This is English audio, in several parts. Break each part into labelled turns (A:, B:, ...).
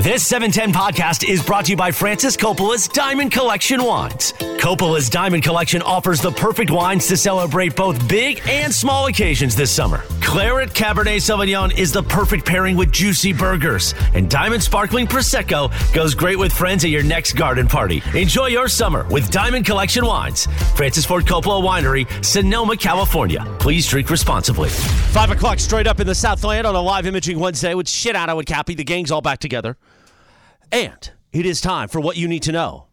A: This 710 podcast is brought to you by Francis Coppola's Diamond Collection Wines. Coppola's Diamond Collection offers the perfect wines to celebrate both big and small occasions this summer. Claret Cabernet Sauvignon is the perfect pairing with juicy burgers, and Diamond Sparkling Prosecco goes great with friends at your next garden party. Enjoy your summer with Diamond Collection Wines. Francis Ford Coppola Winery, Sonoma, California. Please drink responsibly. Five o'clock straight up in the Southland on a live imaging Wednesday with shit out and Cappy. The gang's all back together. And it is time for what you need to know.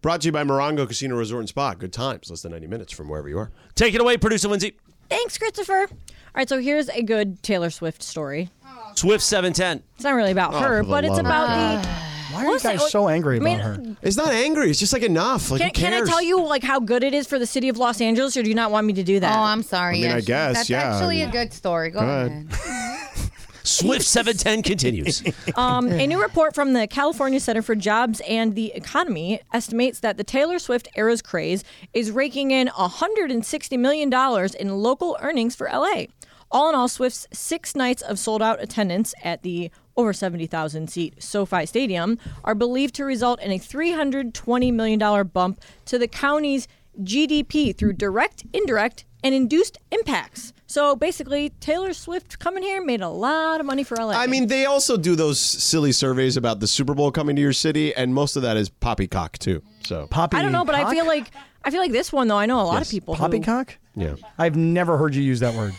B: Brought to you by Morongo Casino Resort and Spa. Good times, less than 90 minutes from wherever you are.
A: Take it away, producer Lindsay.
C: Thanks, Christopher. All right, so here's a good Taylor Swift story.
A: Swift 710.
C: It's not really about
B: Oh, for
C: her,
B: the
C: but it's
B: love of
C: about
B: God.
C: the.
D: Why are you
C: Listen, oh,
D: guys
C: like-
D: so angry
C: I
D: about
C: mean,
D: her?
B: It's not angry. It's just like enough. Like,
C: Can,
B: who
C: can I
B: cares?
C: tell you like how good it is for the city of Los Angeles, or do you not want me to do that?
E: Oh, I'm sorry.
B: I mean, I
E: Ashley.
B: guess,
E: That's
B: yeah, I
E: actually
B: mean-
E: a good story. Go,
B: Go ahead.
E: ahead.
A: Swift 710 continues.
C: Um, a new report from the California Center for Jobs and the Economy estimates that the Taylor Swift era's craze is raking in $160 million in local earnings for LA. All in all, Swift's six nights of sold out attendance at the over 70,000 seat SoFi Stadium are believed to result in a $320 million bump to the county's GDP through direct, indirect, and induced impacts. So basically, Taylor Swift coming here made a lot of money for LA.
B: I mean, they also do those silly surveys about the Super Bowl coming to your city, and most of that is poppycock, too. So,
D: Poppy.
C: I don't know, but I feel like I feel like this one though. I know a lot of people. who-
D: poppycock.
B: yeah,
D: I've never heard you use that word.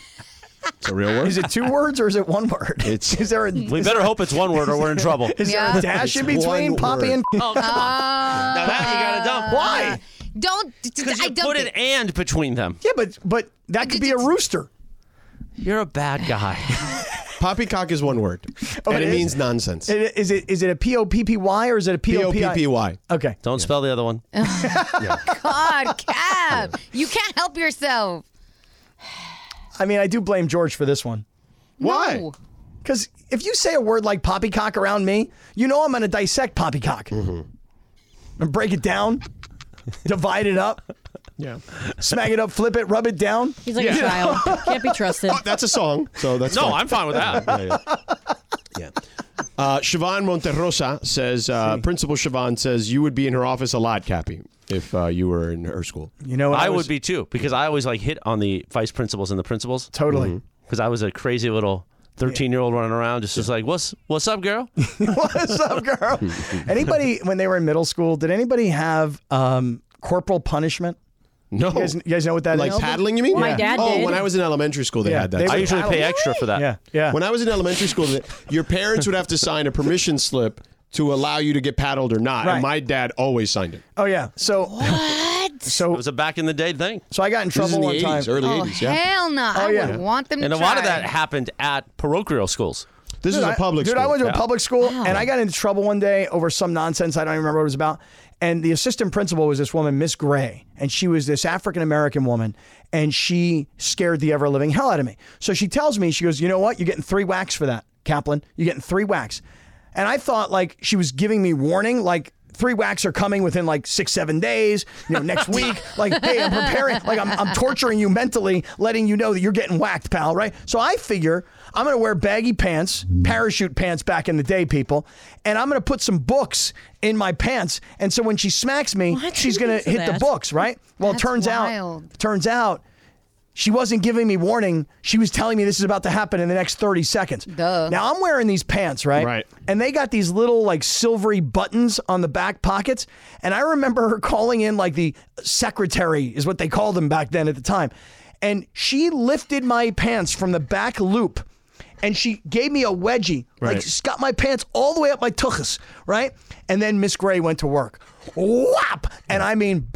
B: it's a real word.
D: Is it two words or is it one word?
B: It's-
D: is there a
A: we better hope it's one word or we're in trouble.
D: is there
E: Yeah.
D: a dash in
B: It's
D: between
B: one
D: Poppy and?
A: Oh, come on. Now that you got to dump.
D: Why?
E: Don't. d- d-
A: Because
E: I
A: you
E: dumped
A: put an
E: it.
A: and between them.
D: Yeah, but but that could be a rooster.
A: You're a bad guy.
B: poppycock is one word, and
D: it
B: it
D: is?
B: means nonsense.
D: Is it- is it is it a p o p p y or is it a p
B: P
D: o
B: O P P Y.
D: Okay.
A: Don't spell the other one.
E: God, Cap. you can't help yourself.
D: I mean, I do blame George for this one
B: Why?
E: No.
D: because if you say a word like poppycock around me, you know I'm going to dissect poppycock
B: Mm-hmm.
D: and break it down, divide it up,
B: Yeah.
D: smack it up, flip it, rub it down.
C: he's like a child, can't be trusted.
B: Oh, that's a song, so that's
A: No,
B: fine.
A: I'm fine with that.
B: yeah. yeah. Uh, Siobhan Monterrosa says, uh, Principal Siobhan says, you would be in her office a lot, Cappy, if uh, you were in her school.
D: You know, what
A: I
D: was-
A: would be too, because I always like hit on the vice principals and the principals.
D: totally.
B: Mm-hmm.
A: because I was a crazy little 13 year old running around just, just like, what's what's up, girl?
D: What's up, girl? anybody when they were in middle school, did anybody have um, corporal punishment?
B: No.
D: You guys, you guys know what that is?
B: like paddling, you mean?
C: My Yeah. dad
B: oh,
C: did.
B: when I was in elementary school, they
D: Yeah,
B: had
D: they
B: that.
A: I
D: would-
A: usually pay extra for that.
D: Yeah, yeah.
B: when I was in elementary school, th- your parents would have to sign a permission slip to allow you to get paddled or not.
D: Right.
B: And my dad always signed it.
D: oh yeah. So
A: It
D: So
A: was a back in the day thing.
D: so I got in
B: This
D: trouble
B: is in the
D: one time.
B: 80s, early
E: Oh,
B: 80s, yeah.
E: hell no. I
D: yeah.
E: wouldn't want them
A: And
E: to
A: a lot of
E: try.
A: that happened at parochial schools.
B: This is
D: Dude,
B: a public
D: I,
B: school.
D: Dude, I went to a public school and I got into trouble one day over some nonsense. I don't even remember what it was about. And the assistant principal was this woman, Miss Gray, and she was this African American woman, and she scared the ever living hell out of me. So she tells me, she goes, "You know what? You're getting three whacks for that, Kaplan. You're getting three whacks." And I thought like she was giving me warning, like three whacks are coming within like six, seven days, you know, next week. Like, hey, I'm preparing, like, I'm, I'm torturing you mentally, letting you know that you're getting whacked, pal, right? So I figure I'm going to wear baggy pants, parachute pants back in the day, people, and I'm going to put some books in my pants. And so when she smacks me,
C: What?
D: she's going to
C: Listen to
D: hit the
C: that.
D: books, right? Well, it
E: That's
D: turns out,
E: wild.
D: turns out, she wasn't giving me warning. She was telling me this is about to happen in the next 30 seconds.
E: Duh.
D: Now I'm wearing these pants, right?
B: Right.
D: And they got these little like silvery buttons on the back pockets. And I remember her calling in like the secretary is what they called them back then at the time. And she lifted my pants from the back loop and she gave me a wedgie. Like
B: Right.
D: just got my pants all the way up my tuchus, right? And then Miss Gray went to work. Whap! And I mean,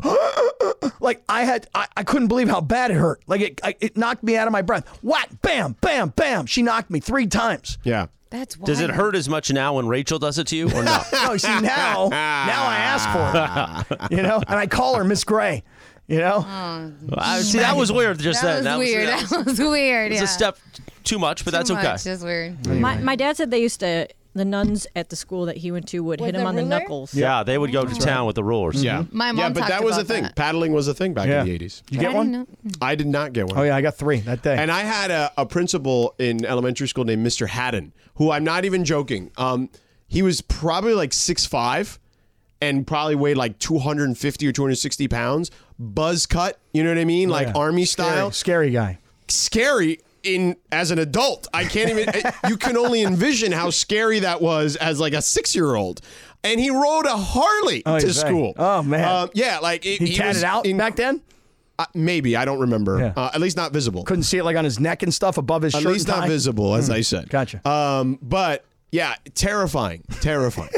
D: like I had, I, I couldn't believe how bad it hurt. Like it, I, it knocked me out of my breath. Whack! Bam! Bam! Bam! She knocked me three times.
B: Yeah.
E: That's wild.
A: Does it hurt as much now when Rachel does it to you or not?
D: No, you see now, now I ask for it. You know, and I call her Miss Gray. You know,
E: Oh.
A: I- see, that was weird. Just
E: That
A: then.
E: was
A: that
E: weird.
A: yeah,
E: That was weird.
A: It's
E: yeah.
A: a step too much, but
E: Too
A: that's
E: much.
A: okay.
E: That's weird.
C: My, my dad said they used to the nuns at the school that he went to would
E: With
C: hit him
E: a
C: on the
E: ruler?
C: knuckles.
A: Yeah, they would go to town with the rulers.
B: Yeah.
E: My
B: yeah,
E: mom
B: but
E: talked
B: that was a
E: about
B: thing.
E: that.
B: Paddling was a thing back
D: Yeah.
B: in the 80s.
D: you get
E: I
D: one?
E: didn't know.
B: I did not get one.
D: Oh yeah, I got three that day.
B: And I had a, a principal in elementary school named Mr. Haddon, who I'm not even joking. Um, he was probably like 6'5 and probably weighed like 250 or 260 pounds. Buzz cut, you know what I mean? like
D: Yeah.
B: army
D: Scary-
B: style.
D: Scary guy.
B: Scary in as an adult. I can't even eh, you can only envision how scary that was as like a 6-year-old. And he rode a Harley
D: Oh,
B: to
D: he's right.
B: school. Uh,
D: Oh, man.
B: yeah, like it,
D: He, tatted
B: was
D: out
B: in-
D: back then.
B: uh, maybe I don't remember.
D: Yeah.
B: Uh, at least not visible.
D: Couldn't see it like on his neck and stuff above his
B: At
D: shirt. and
B: least not
D: tie.
B: visible, as I said.
D: Mm-hmm. Gotcha.
B: Um, but yeah, terrifying, terrifying,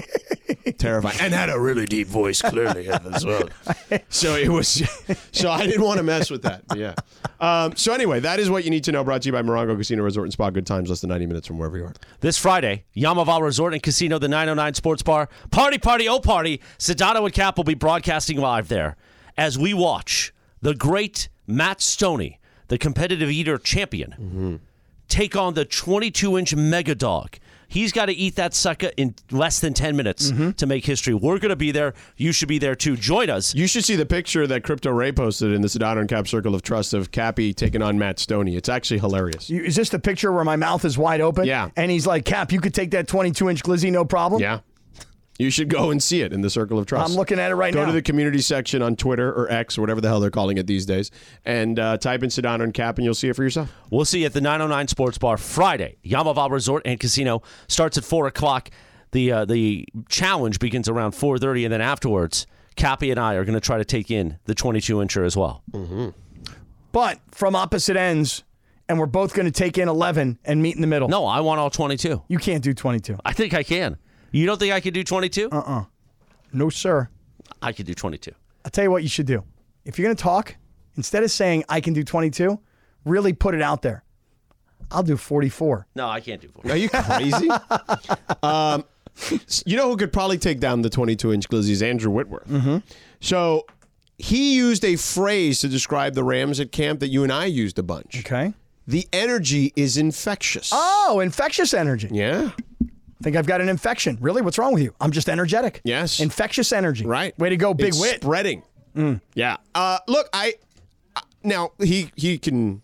B: terrifying, and had a really deep voice clearly as well. So it was. So I didn't want to mess with that. but yeah. Um, so anyway, that is what you need to know. Brought to you by Morongo Casino Resort and Spa. Good times, less than ninety minutes from wherever you are.
A: This Friday, Yamaval Resort and Casino, the 909 Sports Bar, Party Party Oh Party, Sedano and Cap will be broadcasting live there as we watch the great Matt Stoney, the competitive eater champion, take on the 22 inch mega dog. He's got to eat that sucker in less than 10 minutes to make history. We're going to be there. You should be there too. Join us.
B: You should see the picture that Crypto Ray posted in the Sedano and Cap Circle of Trust of Cappy taking on Matt Stoney. It's actually hilarious.
D: You- Is this the picture where my mouth is wide open?
B: Yeah.
D: And he's like, Cap, you could take that 22 inch glizzy, no problem.
B: Yeah. You should go and see it in the Circle of Trust.
D: I'm looking at it right
B: go
D: now.
B: to the community section on Twitter or X or whatever the hell they're calling it these days and uh, type in Sedano and Cap and you'll see it for yourself.
A: We'll see you at the 909 Sports Bar Friday. Yamaval Resort and Casino starts at 4 o'clock. The, uh, the challenge begins around 4.30, and then afterwards, Cappy and I are going to try to take in the 22-incher as well.
D: But from opposite ends, and we're both going to take in 11 and meet in the middle.
A: No, I want all 22.
D: You can't do 22.
A: I think I can. You don't think I could do 22?
D: No, sir.
A: I could do 22.
D: I'll tell you what you should do. If you're going to talk, instead of saying, I can do 22, really put it out there. I'll do 44.
A: No, I can't do 40.
B: Are you crazy? um, you know who could probably take down the 22 inch glizzy is Andrew Whitworth. So he used a phrase to describe the Rams at camp that you and I used a bunch.
D: Okay.
B: The energy is infectious.
D: Oh, infectious energy.
B: Yeah.
D: Think I've got an infection. Really? What's wrong with you? I'm just energetic.
B: Yes.
D: Infectious energy.
B: Right.
D: Way to go, big
B: it's
D: wit. Mm.
B: Spreading. Yeah. Uh, look, I uh, now he he can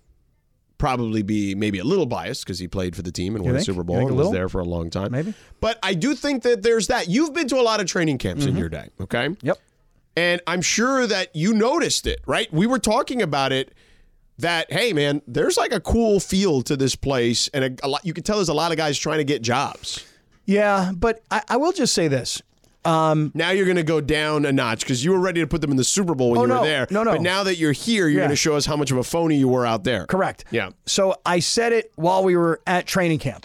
B: probably be maybe a little biased because he played for the team and won
D: think?
B: a Super
D: You
B: Bowl
D: think a
B: and was
D: little?
B: there for a long time.
D: Maybe.
B: But I do think that there's that. You've been to a lot of training camps
D: Mm-hmm.
B: in your day, okay?
D: Yep.
B: And I'm sure that you noticed it, right? We were talking about it that hey man, there's like a cool feel to this place and a, a lot you can tell there's a lot of guys trying to get jobs.
D: Yeah, but I, I will just say this.
B: Now you're going to go down a notch because you were ready to put them in the Super Bowl when
D: Oh,
B: you
D: no.
B: were there.
D: No, no.
B: But now that you're here, you're
D: Yeah.
B: going to show us how much of a phony you were out there.
D: Correct.
B: Yeah.
D: So I said it while we were at training camp.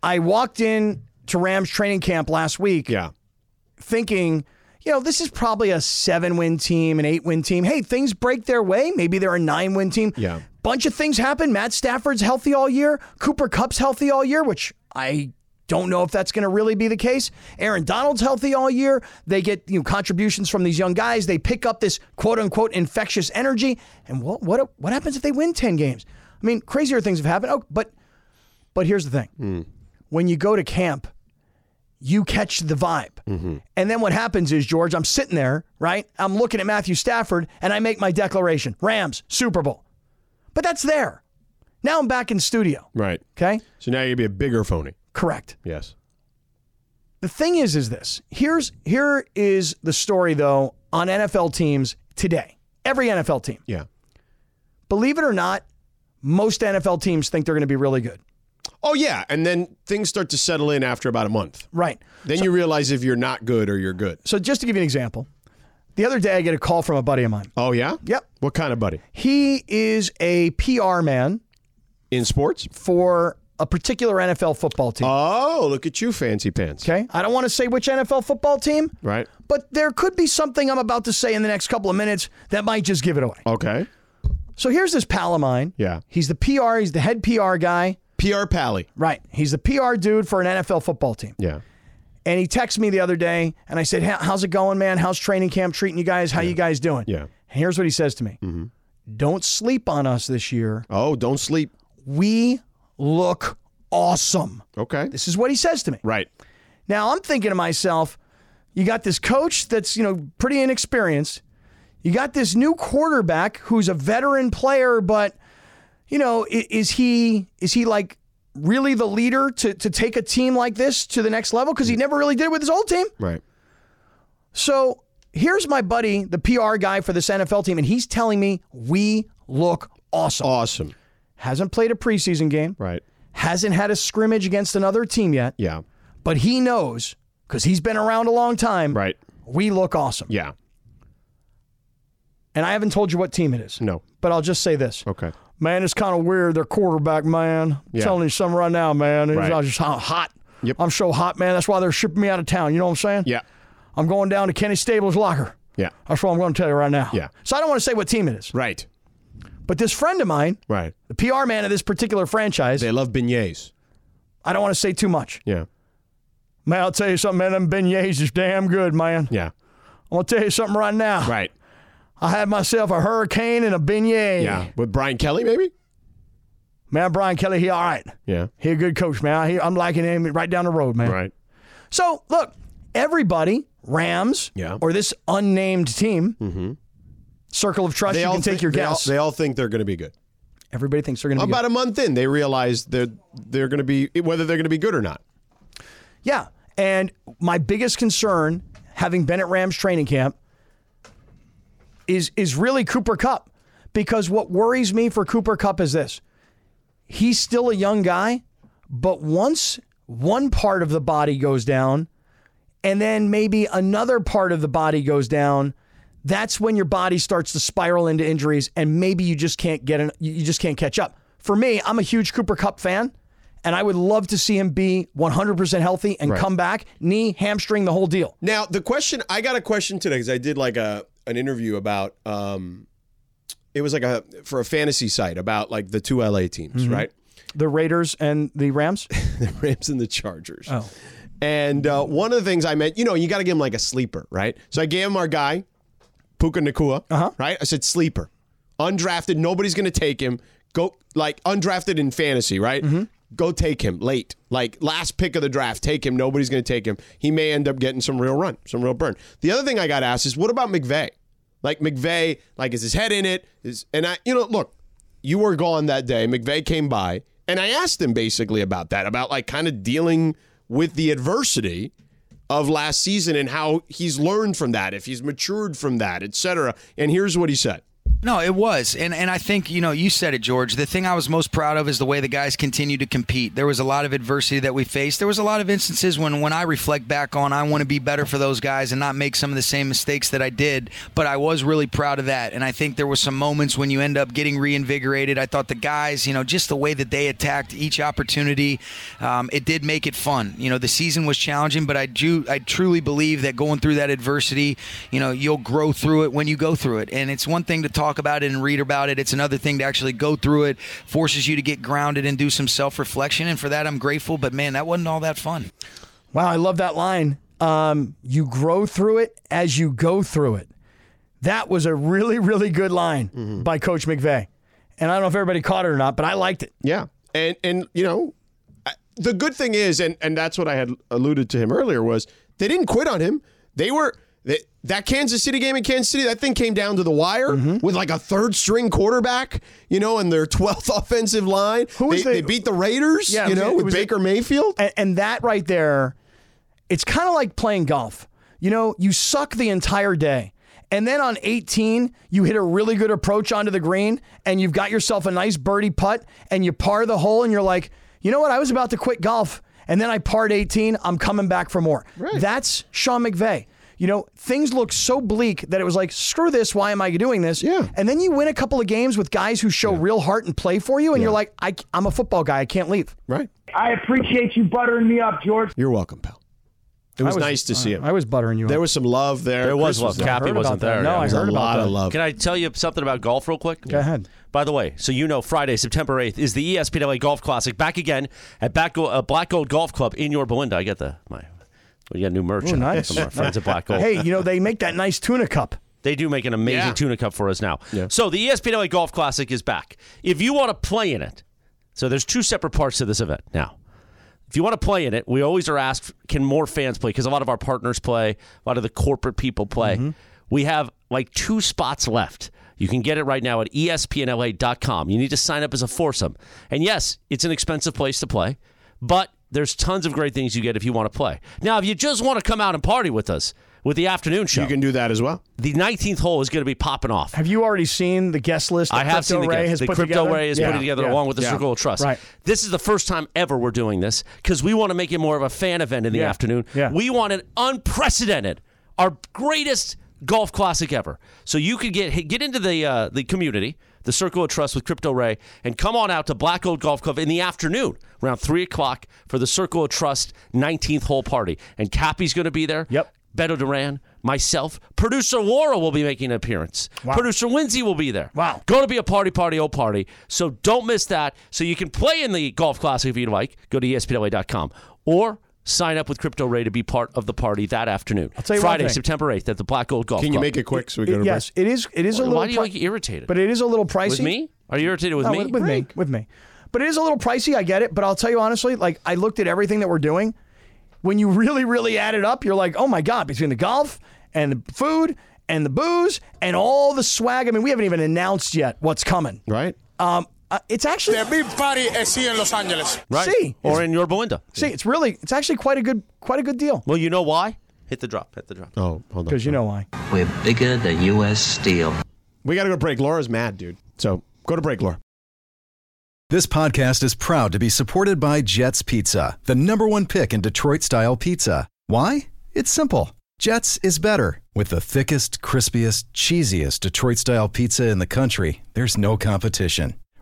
D: I walked in to Rams training camp last week
B: Yeah.
D: thinking, you know, this is probably a seven win team, an eight win team. Hey, things break their way. Maybe they're a nine win team.
B: Yeah.
D: Bunch of things happen. Matt Stafford's healthy all year. Cooper Cup's healthy all year, which I don't know if that's going to really be the case. Aaron Donald's healthy all year. They get you know, contributions from these young guys. They pick up this quote unquote infectious energy. And what what what happens if they win ten games? I mean, crazier things have happened. Oh, but but here's the thing: when you go to camp, you catch the vibe. And then what happens is, George, I'm sitting there, right? I'm looking at Matthew Stafford and I make my declaration Rams, Super Bowl. But that's there. Now I'm back in studio.
B: Right.
D: Okay?
B: So now you're going to be a bigger phony.
D: Correct.
B: Yes.
D: The thing is, is this. Here's here is the story though on NFL teams today. Every NFL team.
B: Yeah.
D: Believe it or not, most NFL teams think they're going to be really good.
B: Oh, yeah. And then things start to settle in after about a month.
D: Right.
B: Then you realize if you're not good or you're good.
D: So just to give you an example, the other day I get a call from a buddy of mine.
B: Oh, yeah?
D: Yep.
B: What kind of buddy?
D: He is a PR man
B: In sports?
D: for a particular NFL football team.
B: Oh, look at you, fancy pants.
D: okay. I don't want to say which NFL football team,
B: Right.
D: but there could be something I'm about to say in the next couple of minutes that might just give it away.
B: Okay.
D: So here's this pal of mine.
B: Yeah.
D: He's the PR, he's the head PR guy.
B: PR Pally.
D: Right. He's the PR dude for an NFL football team.
B: Yeah.
D: And he texted me the other day, and I said, "How- "How's it going, man? How's training camp treating you guys? How you guys doing?"
B: Yeah. Mm-hmm.
D: And here's what he says to me: "Don't sleep on us this year.
B: Oh, don't sleep.
D: We look awesome."
B: Okay.
D: This is what he says to me.
B: Right.
D: Now I'm thinking to myself, you got this coach that's, you know, pretty inexperienced. You got this new quarterback who's a veteran player, but you know, i- is he is he like really the leader to to take a team like this to the next level because he never really did it with his old team?
B: Right.
D: So, here's my buddy, the PR guy for this NFL team and he's telling me we look awesome.
B: Awesome.
D: Hasn't played a preseason game,
B: Right.
D: hasn't had a scrimmage against another team yet,
B: Yeah.
D: but he knows cuz he's been around a long time.
B: Right.
D: We look awesome.
B: Yeah.
D: And I haven't told you what team it is.
B: No.
D: But I'll just say this.
B: Okay.
D: Man, it's kind of weird. Their quarterback, man. I'm
B: Yeah.
D: telling you something right now, man. It's-
B: Right.
D: I'm just I'm hot.
B: Yep.
D: I'm so hot, man. That's why they're shipping me out of town. You know what I'm saying?
B: Yeah.
D: I'm going down to Kenny Stable's locker.
B: Yeah.
D: That's what I'm going to tell you right now.
B: Yeah.
D: So I don't want to say what team it is.
B: Right.
D: But this friend of mine,
B: Right.
D: the PR man of this particular franchise,
B: They love beignets.
D: I don't want to say too much.
B: Yeah.
D: Man, I'll tell you something, man. Them beignets is damn good, man.
B: Yeah.
D: I'm going to tell you something right now.
B: Right.
D: I had myself a hurricane and a beignet.
B: Yeah. With Brian Kelly, maybe?
D: Man, Brian Kelly, he all right.
B: Yeah.
D: He a good coach, man. He, I'm liking him right down the road, man.
B: Right.
D: So look, everybody, Rams,
B: Yeah.
D: or this unnamed team, circle of trust. you can take
B: thi-
D: your
B: they all-
D: guess.
B: they all think they're going to be good.
D: everybody thinks they're going to be.
B: About
D: good.
B: a month in, they realize they're they're going to be whether they're going to be good or not.
D: yeah, and my biggest concern, having been at Rams training camp, is is really Cooper Cup, because what worries me for Cooper Cup is this: he's still a young guy, but once one part of the body goes down, and then maybe another part of the body goes down that's when your body starts to spiral into injuries and maybe you just can't get an, you you just can't catch up for me i'm a huge cooper cup fan and i would love to see him be 100% healthy and come back knee hamstring the whole deal
B: Now, the question I got a question today because I did like a an interview about um, it was like a for a fantasy site about like the two LA teams,
D: Mm-hmm.
B: right?
D: the raiders and the rams
B: the Rams and the Chargers. Oh. And uh, one of the things I meant, you know, you got to give him like a sleeper, right? So I gave him our guy, Puka Nakua, uh-huh. right? I said sleeper, undrafted. Nobody's going to take him. Go like undrafted in fantasy, right? Go take him late, like last pick of the draft. Take him. Nobody's going to take him. He may end up getting some real run, some real burn. The other thing I got asked is, what about McVay? Like McVay, like is his head in it? Is and I, you know, look, you were gone that day. McVeigh came by, and I asked him basically about that, about like kind of dealing with the adversity of last season and how he's learned from that, if he's matured from that, etc. And here's what he said.
F: No, it was. And and I think, you know, you said it, George. The thing I was most proud of is the way the guys continue to compete. There was a lot of adversity that we faced. There was a lot of instances when when I reflect back on I want to be better for those guys and not make some of the same mistakes that I did, but I was really proud of that. And I think there were some moments when you end up getting reinvigorated. I thought the guys, you know, just the way that they attacked each opportunity, um, it did make it fun. You know, the season was challenging, but I do I truly believe that going through that adversity, you know, you'll grow through it when you go through it. And it's one thing to talk about it and read about it. It's another thing to actually go through it, forces you to get grounded and do some self reflection. And for that I'm grateful. But man, that wasn't all that fun.
D: Wow, I love that line. Um, you grow through it as you go through it. That was a really, really good line by Coach McVay. And I don't know if everybody caught it or not, but I liked it.
B: Yeah, and and you know, I- the good thing is, and and that's what I had alluded to him earlier was they didn't quit on him. They were. They, that Kansas City game in Kansas City, that thing came down to the wire
D: Mm-hmm.
B: with like a third string quarterback, you know, and their 12th offensive line.
D: Who was
B: they,
D: they-
B: they beat the Raiders,
D: Yeah,
B: you
D: it was-
B: know,
D: it
B: with
D: was-
B: Baker Mayfield.
D: And, and that right there, it's kind of like playing golf. You know, you suck the entire day. And then on 18, you hit a really good approach onto the green and you've got yourself a nice birdie putt and you par the hole and you're like, you know what? I was about to quit golf and then I parred 18. I'm coming back for more. That's Sean McVay. You know, things looked so bleak that it was like, screw this. Why am I doing this?
B: Yeah.
D: And then you win a couple of games with guys who show real heart and play for you. And you're like, I, I'm a football guy. I can't leave.
B: Right.
G: I appreciate you buttering me up, George.
B: You're welcome, pal. It was, nice to see him.
D: I was buttering you up.
B: there was some love there.
A: There was
B: Chris
A: love.
B: there.
A: Cappy
D: heard
A: wasn't
D: about that.
A: there.
D: No,
A: yeah.
D: I
B: There was
D: heard
B: a
D: about
B: lot
D: that.
B: of love.
A: Can I tell you something about golf real quick?
D: Go ahead.
A: By the way, so you know, Friday, September 8th is the E ESPNLA Golf Classic back again at Back Go- uh, Black Gold Golf Club in your Belinda. I got the my we got new merch
D: Ooh,
A: out
D: nice.
A: from our friends at Black Gold.
D: Hey, you know they make that nice tuna cup.
A: They do make an amazing
B: Yeah.
A: tuna cup for us now. So the E ESPNLA Golf Classic is back. If you want to play in it, so there's two separate parts to this event now. If you want to play in it, we always are asked, can more fans play? Because a lot of our partners play, a lot of the corporate people play. We have like two spots left. You can get it right now at E espnla.com. You need to sign up as a foursome. And yes, it's an expensive place to play, but there's tons of great things you get if you want to play. Now, if you just want to come out and party with us with the afternoon show,
B: You can do that as well.
A: the 19th hole is going to be popping off.
D: Have you already seen the guest list? That
A: I have
D: Crypto
A: seen the
D: Ray
A: guest.
D: has
A: the
D: put
A: crypto
D: together?
A: Ray is
D: Yeah,
A: putting together
D: yeah.
A: along with the Circle of Trust.
D: Right.
A: This is the first time ever we're doing this because we want to make it more of a fan event in the
D: Yeah.
A: afternoon.
D: Yeah.
A: We want it unprecedented, our greatest golf classic ever. So you could get get into the uh, the community, the Circle of Trust with Crypto Ray, and come on out to Black Gold Golf Club in the afternoon around three o'clock for the Circle of Trust 19th hole party. And Cappy's going to be there.
D: Yep.
A: Beto Duran, myself, producer Laura will be making an appearance. Producer Lindsay will be there.
D: Wow.
A: Going to be a party, party, oh party. So don't miss that. So you can play in the golf classic if you'd like. Go to E espnla.com or sign up with Crypto Ray to be part of the party that afternoon.
D: tell you one
A: Friday,
D: thing.
A: September 8th at the Black Gold Golf
B: Can you
A: Club.
B: make it quick so we go to
D: yes, it is. It is a little.
A: Why do you
D: pri-
A: like irritated?
D: But it is a little pricey.
A: with me? Are you irritated with
D: No,
A: me?
D: With, with me. With me. But it is a little pricey. I get it. But I'll tell you honestly, like I looked at everything that we're doing. When you really, really add it up, you're like, oh my god, between the golf and the food and the booze and all the swag. I mean, we haven't even announced yet what's coming.
B: break? Right?
D: Um, uh, it's actually
A: Right.
D: See,
A: or
D: it's-
A: in your Belinda.
D: see, it's really, it's actually quite a good, quite a good deal.
A: Well, you know why? Hit the drop. Hit the drop.
B: Oh, hold on.
D: Because you know why.
H: We're bigger than U.S. Steel.
B: We got to go to break. Laura's mad, dude. So go to break, Laura.
I: This podcast is proud to be supported by Jets Pizza, the number one pick in Detroit style pizza. Why? It's simple. Jets is better. With the thickest, crispiest, cheesiest Detroit style pizza in the country, there's no competition.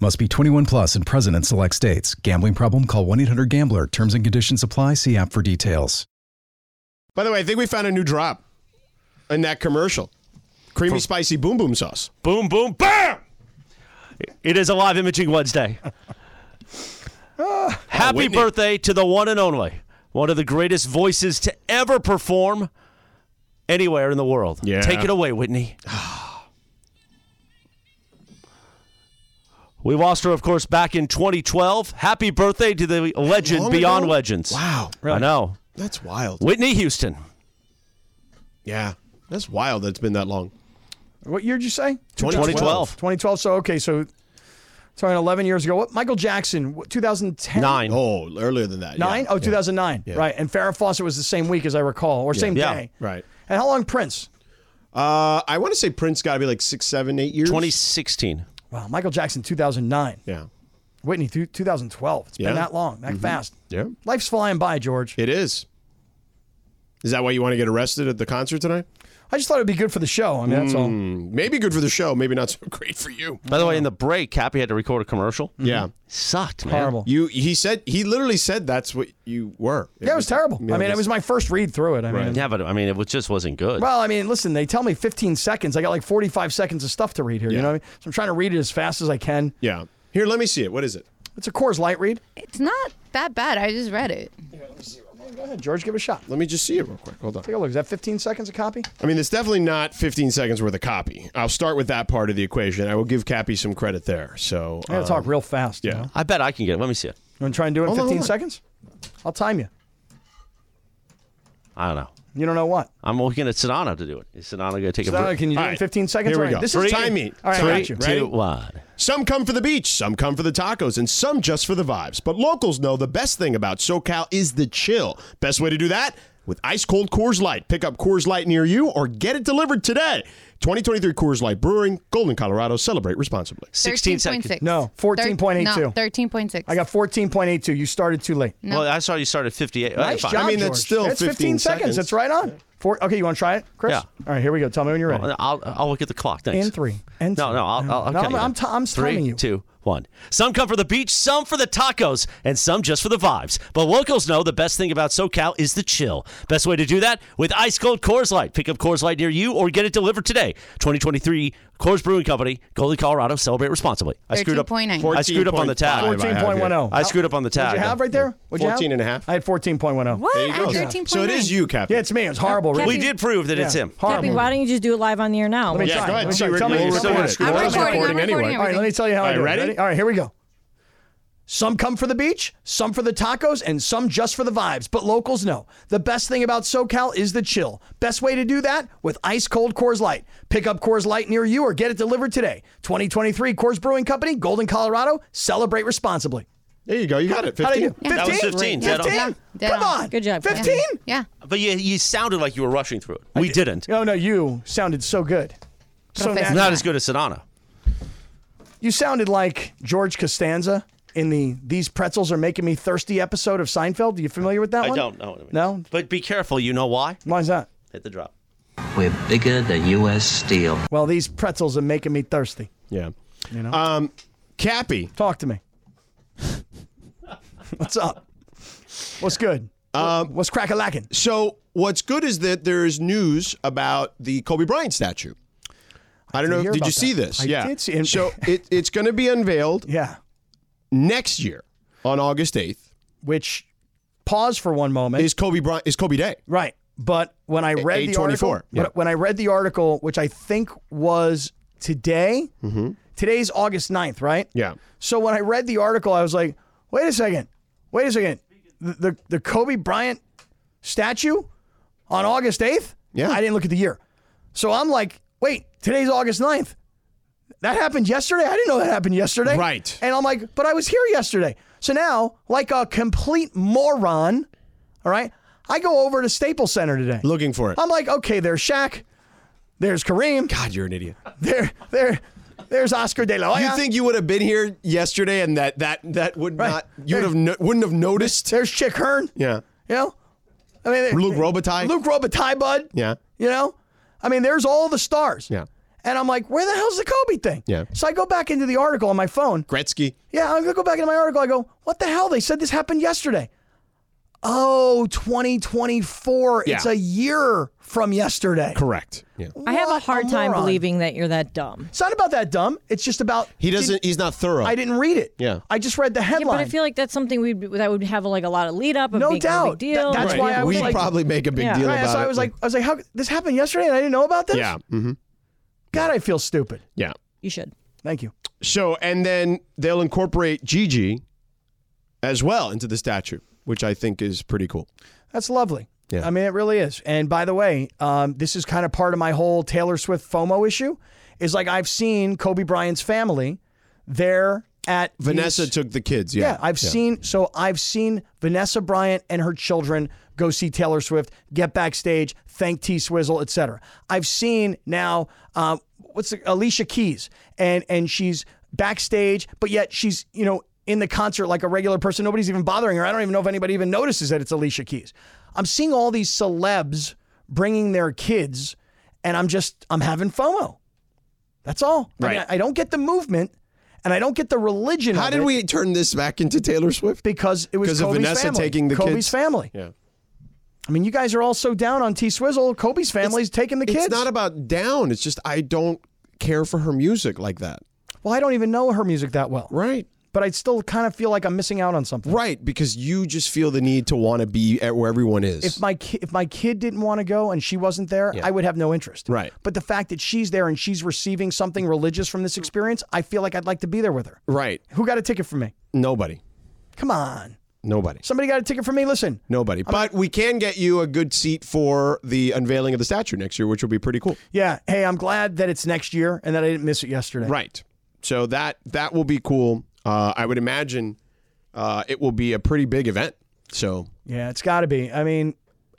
I: Must be 21 plus and present in select states. Gambling problem? Call 1 800 Gambler. Terms and conditions apply. See app for details.
B: By the way, I think we found a new drop in that commercial. Creamy spicy boom boom sauce.
A: Boom, boom, bam! It is a live imaging Wednesday. Happy
B: Whitney.
A: birthday to the one and only, one of the greatest voices to ever perform anywhere in the world.
B: Yeah.
A: Take it away, Whitney. We lost her, of course, back in 2012. Happy birthday to the legend
B: Long
A: beyond
B: ago?
A: legends.
B: Wow.
A: I know.
B: That's wild.
A: Whitney Houston.
B: Yeah. That's wild that's been that long.
D: What year did you say?
A: 2012.
D: 2012. So okay, so sorry, 11 years ago. What? Michael Jackson, what, 2010.
A: Nine.
B: Oh, earlier than that. yeah.
D: Nine? Oh, 2009.
B: Yeah.
D: Right. And Farrah Fawcett was the same week as I recall, or same
A: Yeah.
D: day.
B: Right.
D: And how long Prince?
B: Uh, I want to say Prince got to be like six, seven, eight years.
A: 2016.
D: Wow, Michael Jackson, 2009.
B: Yeah.
D: Whitney, th- 2012. It's
B: Yeah.
D: been that long, that fast.
B: Yeah.
D: Life's flying by, George.
B: It is. Is that why you want to get arrested at the concert tonight?
D: I just thought it'd be good for the show. I mean, that's all.
B: Maybe good for the show, maybe not so great for you.
A: By the way, in the break, Cappy had to record a commercial.
B: Yeah.
A: Sucked, man.
D: Horrible.
B: You he said he literally said that's what you were.
D: yeah, it was terrible. I mean, it
B: that's-
D: was my first read through it. I mean,
A: Yeah, but I mean, it was, just wasn't good.
D: well, I mean, listen, they tell me 15 seconds. I got like 45 seconds of stuff to read here. You
B: Yeah.
D: know what I mean? So I'm trying to read it as fast as I can.
B: Yeah. Here, let me see it. What is it?
D: It's a Coors Light read.
E: It's not that bad. I just read it.
D: Go ahead, George, give it a shot.
B: Let me just see it real quick. Hold on.
D: Take a look. Is that 15 seconds a copy?
B: I mean, it's definitely not 15 seconds worth of copy. I'll start with that part of the equation. I will give Cappy some credit there. So
D: I gotta
B: uh,
D: talk real fast.
B: yeah.
D: You, know?
A: I bet I can get it. Let me see it.
D: you wanna try and do it in
B: Hold on,
D: 15
B: hold on.
D: seconds? I'll time you.
A: I don't know.
D: You don't know what.
A: I'm looking at Sedano to do it. Is Sedano going to take a
D: Sedano,
A: break?
D: can you do it in 15 seconds?
A: Here we
D: All right,
A: go.
D: This
A: Three,
D: is timing. All right, I got you.
A: Ready? one.
B: Some come for the beach, some come for the tacos, and some just for the vibes. But locals know the best thing about SoCal is the chill. Best way to do that? With ice cold Coors Light. Pick up Coors Light near you or get it delivered today. 2023 Coors Light Brewing, Golden, Colorado. Celebrate responsibly.
E: 13.6.
D: No, 14.82.
E: Thir- no, 13.6.
D: I got 14.82. You started too late.
A: Well, I saw you started 58.
D: Nice
A: Fine.
D: job, George. That's 15, seconds. That's right on. Four, okay, you want to try it, Chris?
A: Yeah.
D: All right, here we go. Tell me when you're ready.
A: Well, I'll, I'll look at the clock. Thanks.
D: In three. In
A: no, no, I'll, I'll, I'll
D: No,
A: count
D: I'm-
A: you
D: I'm
A: down.
D: t- I'm
A: Three,
D: timing you.
A: two, one. Some come for the beach, some for the tacos, and some just for the vibes. But locals know the best thing about SoCal is the chill. Best way to do that with ice cold Coors Light. Pick up Coors Light near you or get it delivered today. 2023 Coors Brewing Company, Golden, Colorado. Celebrate responsibly. I screwed up.
E: 13.9.
A: I screwed up on the tab.
D: 14.10.
A: I screwed up on the tab.
D: oh. What'd you have right there? What'd you have?
A: 14 and a half.
D: I had 14.10.
C: What? There you I go. had 13.9. So it is
B: you, Captain.
D: oh. Yeah, it's me. It's horrible.
C: Captain-
D: Ricky.
C: We did
A: prove that it's
D: Yeah,
A: him.
D: Horrible.
C: Cappy, why don't you just do it live on the air now?
D: Let me
C: We'll
D: try.
C: try.
D: Let me
B: see
D: try.
B: what
D: Tell me
B: you-
D: what
B: you're
D: you
B: still
D: got.
B: gonna screw I'm up. recording, I'm recording recording anyway.
D: All right, let me tell you how
B: All
D: I
B: right,
D: do it.
B: ready?
D: All right, here we go. Some come for the beach, some for the tacos, and some just for the vibes. But locals know the best thing about SoCal is the chill. Best way to do that with ice cold Coors Light. Pick up Coors Light near you or get it delivered today. 2023 Coors Brewing Company, Golden, Colorado. Celebrate responsibly.
B: There you go. You got it.
D: How do you do?
B: 15?
D: 15?
A: That was 15. Dead on.
D: 15?
E: Dead
D: Come
E: on.
D: on.
C: Good job.
D: 15?
E: Yeah.
A: But you, you sounded like you were rushing through it. We didn't.
D: Oh, no, you sounded so good. So
E: Professional.
D: natural.
A: Not as good as Sedano.
D: You sounded like George Costanza in the "These Pretzels Are Making Me Thirsty" episode of Seinfeld. Are you familiar with that
A: I
D: one?
A: don't know.
D: No.
A: But be careful. You know why?
D: Why is that?
A: Hit the drop.
H: We're bigger than U.S. Steel.
D: Well, these pretzels are making me thirsty.
B: Yeah.
D: You know.
B: Um, Cappy.
D: Talk to me. What's up? What's good? Um, What's crack a lacking?
B: So what's good is that there's news about the Kobe Bryant statue. I don't
D: did
B: know.
D: hear
B: Did
D: about
B: you see
D: that.
B: this?
D: I
B: yeah.
D: did see it.
B: So it, it's going to be unveiled
D: Yeah.
B: next year on August 8th.
D: Which pause for one moment.
B: Is Kobe Bryant is Kobe Day?
D: Right. But when I read the
B: 824,
D: article,
B: yeah.
D: but when I read the article, which I think was today, today's August 9th, right?
B: Yeah.
D: So when I read the article, I was like, wait a second, wait a second. The, the, the Kobe Bryant statue on August 8th?
B: Yeah.
D: I didn't look at the year. So I'm like, wait, today's August 9th. That happened yesterday? I didn't know that happened yesterday.
B: Right.
D: And I'm like, but I was here yesterday. So now, like a complete moron, all right, I go over to Staples Center today.
B: Looking for it.
D: I'm like, okay, there's Shaq, there's Kareem,
B: God, you're an idiot.
D: there, there, there's Oscar De La Hoya.
B: You think you would have been here yesterday and that that that would
D: Right.
B: not you would have no, wouldn't have noticed?
D: there's Chick Hearn?
B: Yeah.
D: You know, I mean,
B: Luke Robitaille?
D: Luke Robitaille, bud.
B: Yeah.
D: You know, I mean, there's all the stars.
B: Yeah.
D: And I'm like, where the hell's the Kobe thing?
B: Yeah.
D: So I go back into the article on my phone.
B: Gretzky.
D: Yeah, I'm gonna go back into my article. I go, what the hell? They said this happened yesterday. Oh, 2024. It's
B: Yeah.
D: a year from yesterday.
B: Correct. Yeah.
C: I have a
D: What
C: hard time
D: moron.
C: believing that you're that dumb.
D: It's not about that dumb. It's just about
B: He doesn't he's not thorough.
D: I didn't read it.
B: Yeah.
D: I just read the
C: Yeah,
D: headline.
C: but I feel like that's something we that would have like a lot of lead up. Of
D: No
C: being
D: doubt.
C: A big deal.
D: That- that's
C: Right.
D: why I was
B: we
D: like-
B: probably make a big
C: Yeah.
B: deal
D: Right,
B: about
D: so
B: it.
D: I was like, I was like, how this happened yesterday and I didn't know about this?
B: yeah. hmm
D: God, I feel stupid.
B: Yeah.
C: you should.
D: Thank you.
B: So, and then they'll incorporate Gigi as well into the statue, which I think is pretty cool.
D: That's lovely.
B: Yeah.
D: I mean, it really is. And by the way, um, this is kind of part of my whole Taylor Swift FOMO issue. Is like I've seen Kobe Bryant's family there at
B: Vanessa
D: these-
B: took the kids.
D: Yeah,
B: Yeah,
D: I've seen so I've seen Vanessa Bryant and her children go see Taylor Swift, get backstage, thank T Swizzle, etc. I've seen now um, what's the, Alicia Keys and and she's backstage, but yet she's you know in the concert like a regular person. Nobody's even bothering her. I don't even know if anybody even notices that it's Alicia Keys. I'm seeing all these celebs bringing their kids, and I'm just I'm having FOMO. That's all. I, mean,
B: Right.
D: I, I don't get the movement. And I don't get the religion.
B: How
D: of
B: did
D: it
B: we turn this back into Taylor Swift?
D: because it was
B: 'Cause
D: Kobe's
B: of Vanessa
D: family.
B: taking the
D: Kobe's
B: kids?
D: family.
B: Yeah.
D: I mean, you guys are all so down on T Swizzle. Kobe's family's taking the kids.
B: It's not about down. It's just I don't care for her music like that.
D: well, I don't even know her music that well,
B: Right.
D: but I still kind of feel like I'm missing out on something.
B: Right, because you just feel the need to want to be at where everyone is.
D: If my ki- if my kid didn't want to go and she wasn't there, I would have no interest.
B: Right.
D: But the fact that she's there and she's receiving something religious from this experience, I feel like I'd like to be there with her.
B: right.
D: Who got a ticket for me?
B: Nobody.
D: Come on.
B: Nobody.
D: Somebody got a ticket for me. Listen,
B: Nobody. But we can get you a good seat for the unveiling of the statue next year, which will be pretty cool.
D: yeah. Hey, I'm glad that it's next year and that I didn't miss it yesterday.
B: Right. So that that will be cool. Uh, I would imagine uh, it will be a pretty big event. So
D: Yeah, it's got to be. I mean,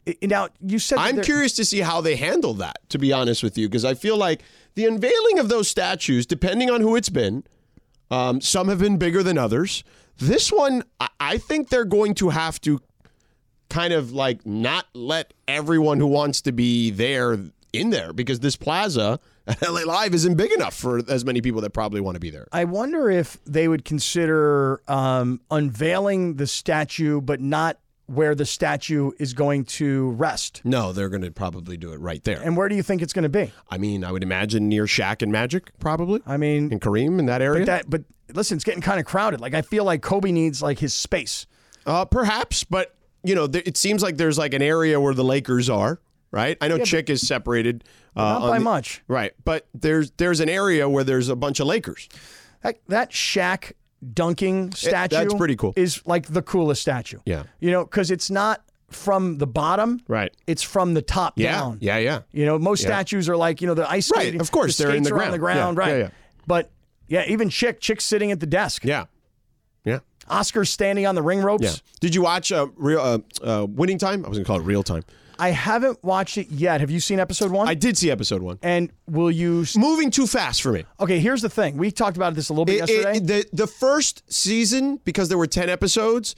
D: i- now you said that
B: I'm
D: there-
B: curious to see how they handle that, to be honest with you, because I feel like the unveiling of those statues, depending on who it's been, um, some have been bigger than others. This one, I- I think they're going to have to kind of like not let everyone who wants to be there in there because this plaza at LA Live isn't big enough for as many people that probably want to be there.
D: I wonder if they would consider um, unveiling the statue, but not where the statue is going to rest.
B: No, they're going to probably do it right there.
D: And where do you think it's going to be?
B: I mean, I would imagine near Shaq and Magic, probably.
D: I mean,
B: and Kareem in that area.
D: But that, but listen, it's getting kind of crowded. Like I feel like Kobe needs like his space.
B: Uh, perhaps, but you know, th- it seems like there's like an area where the Lakers are, right? I know
D: Yeah, but-
B: Chick is separated, uh,
D: not
B: on
D: by
B: the-
D: much.
B: right? But there's there's an area where there's a bunch of Lakers.
D: That that Shaq dunking statue.
B: that's pretty cool.
D: Is like the coolest statue.
B: Yeah.
D: You know, because it's not from the bottom.
B: Right.
D: It's from the top
B: Yeah.
D: down.
B: Yeah. Yeah.
D: You know, most
B: Yeah.
D: statues are like you know the ice
B: Right,
D: skating-
B: of course,
D: the
B: they're in
D: skates
B: the
D: are on the
B: ground.
D: ground,
B: Yeah,
D: right?
B: yeah, yeah.
D: But yeah, even Chick, Chick's sitting at the desk.
B: Yeah. Yeah.
D: Oscar's standing on the ring ropes.
B: Yeah. Did you watch uh, real uh, uh, winning time? I was gonna call it real time.
D: I haven't watched it yet. Have you seen episode one?
B: I did see episode one.
D: and will you?
B: Moving too fast for me.
D: Okay, here's the thing. We talked about this a little bit
B: It- it-
D: yesterday.
B: the the first season because there were ten episodes.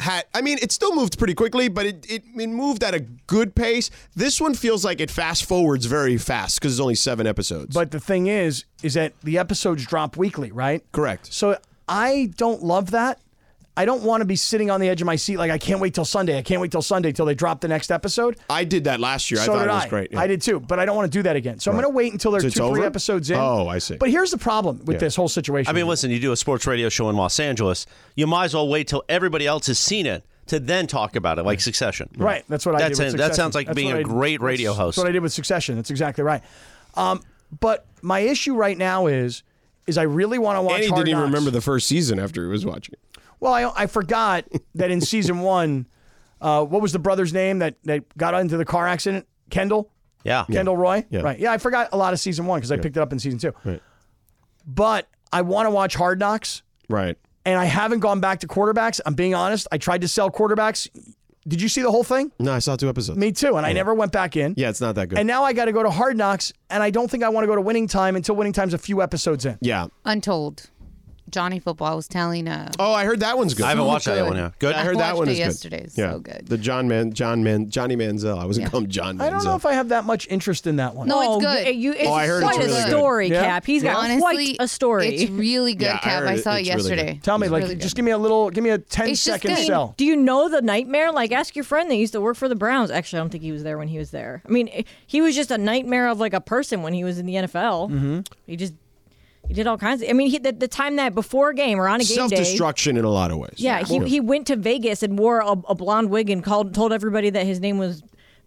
B: Had I mean, it still moved pretty quickly, but it, it, it moved at a good pace. This one feels like it fast forwards very fast because there's only seven episodes.
D: But the thing is, is that the episodes drop weekly, right?
B: Correct.
D: So I don't love that. I don't want to be sitting on the edge of my seat like I can't wait till Sunday. I can't wait till Sunday till they drop the next episode.
B: I did that last year.
D: so
B: I thought
D: did
B: it was
D: I.
B: great.
D: I did too, but I don't want to do that again. So I'm
B: Right.
D: going to wait until they're two,
B: So it's
D: three
B: over?
D: episodes in.
B: Oh, I see.
D: But here's the problem with
B: Yeah.
D: this whole situation.
A: I mean, listen, you do a sports radio show in Los Angeles, you might as well wait till everybody else has seen it to then talk about it, like Succession.
D: Right. That's what I
A: That's
D: did.
A: it.
D: With
A: That
D: Succession.
A: sounds like
D: That's
A: being
D: what
A: a
D: I-
A: great radio
D: that's-
A: host.
D: That's what I did with Succession. That's exactly right. Um, but my issue right now is, is I really want to watch.
B: And he
D: Hard
B: didn't even
D: Knocks.
B: remember the first season after he was watching it.
D: Well, I, I forgot that in season one, uh, what was the brother's name that, that got into the car accident? Kendall?
A: Yeah.
D: Kendall Roy?
A: Yeah.
D: Right. Yeah, I forgot a lot of season one because I picked it up in season two.
B: Right.
D: But I want to watch Hard Knocks,
B: Right.
D: and I haven't gone back to quarterbacks. I'm being honest. I tried to sell quarterbacks. Did you see the whole thing?
B: No, I saw two episodes.
D: Me too. And I never went back in.
B: yeah, it's not that good.
D: And now I got to go to Hard Knocks, and I don't think I want to go to Winning Time until Winning Time's a few episodes in.
B: yeah.
E: Untold. Johnny Football was telling uh
B: Oh, I heard that one's good.
A: I haven't watched that one yet. Good.
B: I heard that
E: watched
B: one
E: it
B: is good.
E: yesterday. It's so good.
B: The John Man, John Man, Johnny Manziel. I was not calling him John. Manziel.
D: I don't know if I have that much interest in that one.
E: No,
C: Oh,
E: it's good.
C: y- You, it's
B: Oh, I heard it's
C: quite
B: really
C: a
B: good.
C: story,
D: Yeah?
C: Cap. He's got
E: Honestly,
C: quite a story.
E: It's really good,
B: Yeah, I
E: Cap.
B: heard
E: I,
B: it-
E: saw it
B: it's really good.
E: yesterday.
D: Tell me,
E: It's
D: like,
E: really good.
D: just give me a little, give me a 10
E: It's just
D: second
E: good.
D: sell.
C: Do you know the nightmare? Like, ask your friend that used to work for the Browns. Actually, I don't think he was there when he was there. I mean, eh, he was just a nightmare of like a person when he was in the NFL. Mm-hmm. He just he did all kinds. Of, I mean, he, the, the time that before a game or on a game
B: Self
C: day.
B: destruction in a lot of ways.
C: Yeah, he, he went to Vegas and wore a, a blonde wig and called told everybody that his name was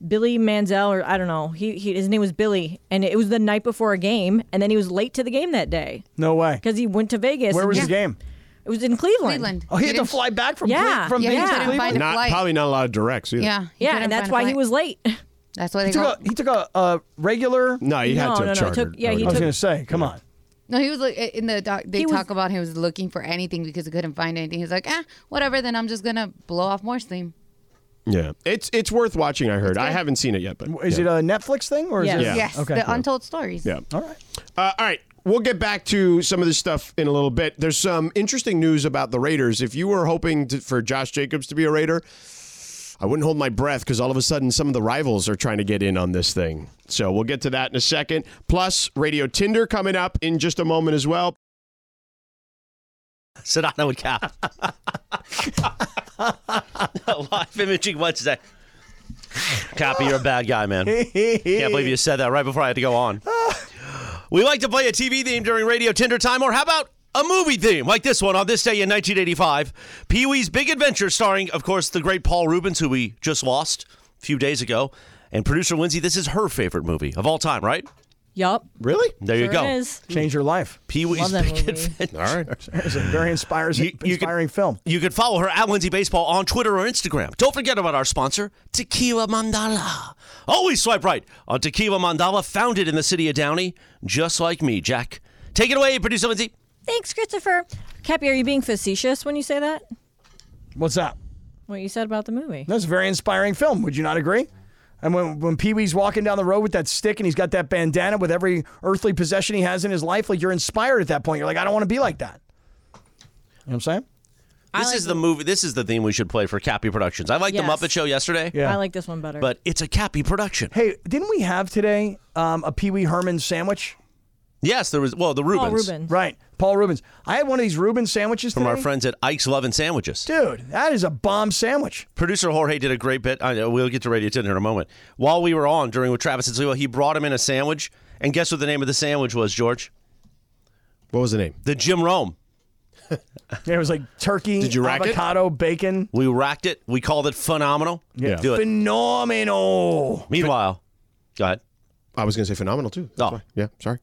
C: Billy Manziel or I don't know. He, he his name was Billy, and it was the night before a game, and then he was late to the game that day
D: No way.
C: because he went to Vegas.
D: Where
C: and
D: was
C: just-
D: the game?
C: It was in Cleveland.
E: Cleveland.
D: Oh, he had to
E: didn't-
D: fly back from
C: Yeah.
D: Cle- from
E: Yeah, he
D: Vegas to
E: couldn't
D: Cleveland.
E: find a
B: not
E: flight.
B: probably not a lot of directs either.
E: Yeah,
C: Yeah,
E: couldn't
C: and that's
E: find a
C: why he
E: flight.
C: was late.
E: That's why they
D: He took
E: got.
D: a, he took a, a regular.
B: No, he had
C: No,
B: to
C: no,
B: have
C: no, it
B: chartered.
C: took- yeah,
B: I would
C: he
D: I was
C: took-
D: gonna say, come on.
E: No, he was like in the doc. They
C: He was-
E: talk about him was looking for anything because he couldn't find anything. He's like, ah, whatever. Then I'm just gonna blow off more steam.
B: Yeah, it's it's worth watching. I heard. I haven't seen it yet, but
D: Is it a Netflix thing or is
C: Yeah.
D: it?
B: Yeah.
E: Yes,
D: Okay.
E: the untold stories.
B: yeah.
D: All right.
B: Uh, all right, we'll get back to some of this stuff in a little bit. There's some interesting news about the Raiders. If you were hoping to, for Josh Jacobs to be a Raider, I wouldn't hold my breath because all of a sudden some of the rivals are trying to get in on this thing. So we'll get to that in a second. Plus, Radio Tinder coming up in just a moment as well.
A: Sedano and Cap. Live imaging Wednesday. Cap, you're a bad guy, man. Can't believe you said that right before I had to go on. We like to play a TV theme during Radio Tinder time, or how about a movie theme like this one on this day in 1985? Pee Wee's Big Adventure, starring, of course, the great Paul Rubens, who we just lost a few days ago. And producer Lindsay, this is her favorite movie of all time, right?
C: Yup.
B: Really?
A: There you
C: Sure
A: go.
C: is.
D: Change your life.
A: Pee
C: Love
A: Wee's
C: that
A: Big
C: movie.
A: Adventure. All right.
D: It's a very inspires, inspiring film.
A: You can follow her at Lindsay Baseball on Twitter or Instagram. Don't forget about our sponsor, Tequila Mandala. Always swipe right on Tequila Mandala, founded in the city of Downey, just like me, Jack. Take it away, producer Lindsay.
C: Thanks, Christopher. Cappy, are you being facetious when you say that?
D: What's up?
C: What you said about the movie?
D: That's a very inspiring film. Would you not agree? And when, when Pee Wee's walking down the road with that stick and he's got that bandana with every earthly possession he has in his life, like you're inspired at that point. You're like, I don't want to be like that. You know what I'm saying?
A: This is the movie. This is the theme we should play for Cappy Productions. I liked
C: Yes.
A: the Muppet Show yesterday.
C: I like this one better.
A: but it's a Cappy production.
D: Hey, didn't we have today um, a Pee Wee Herman sandwich?
A: Yes, there was. Well, the Rubens
D: Right. Paul Rubens. I had one of these Rubens sandwiches
A: from
D: today.
A: our friends at Ike's Love and Sandwiches.
D: Dude, that is a bomb sandwich.
A: Producer Jorge did a great bit. I know, we'll get to Radio 10 in a moment. While we were on during with Travis and Sliwa, he brought him in a sandwich. And guess what the name of the sandwich was, George?
B: What was the name?
A: The Jim Rome.
D: Yeah, it was like turkey,
A: Did you rack it?
D: avocado, bacon.
A: We racked it. We called it phenomenal.
D: Yeah.
A: Do it.
D: Phenomenal.
A: Meanwhile, go ahead.
B: I was going to say phenomenal too. That's why. Yeah, sorry.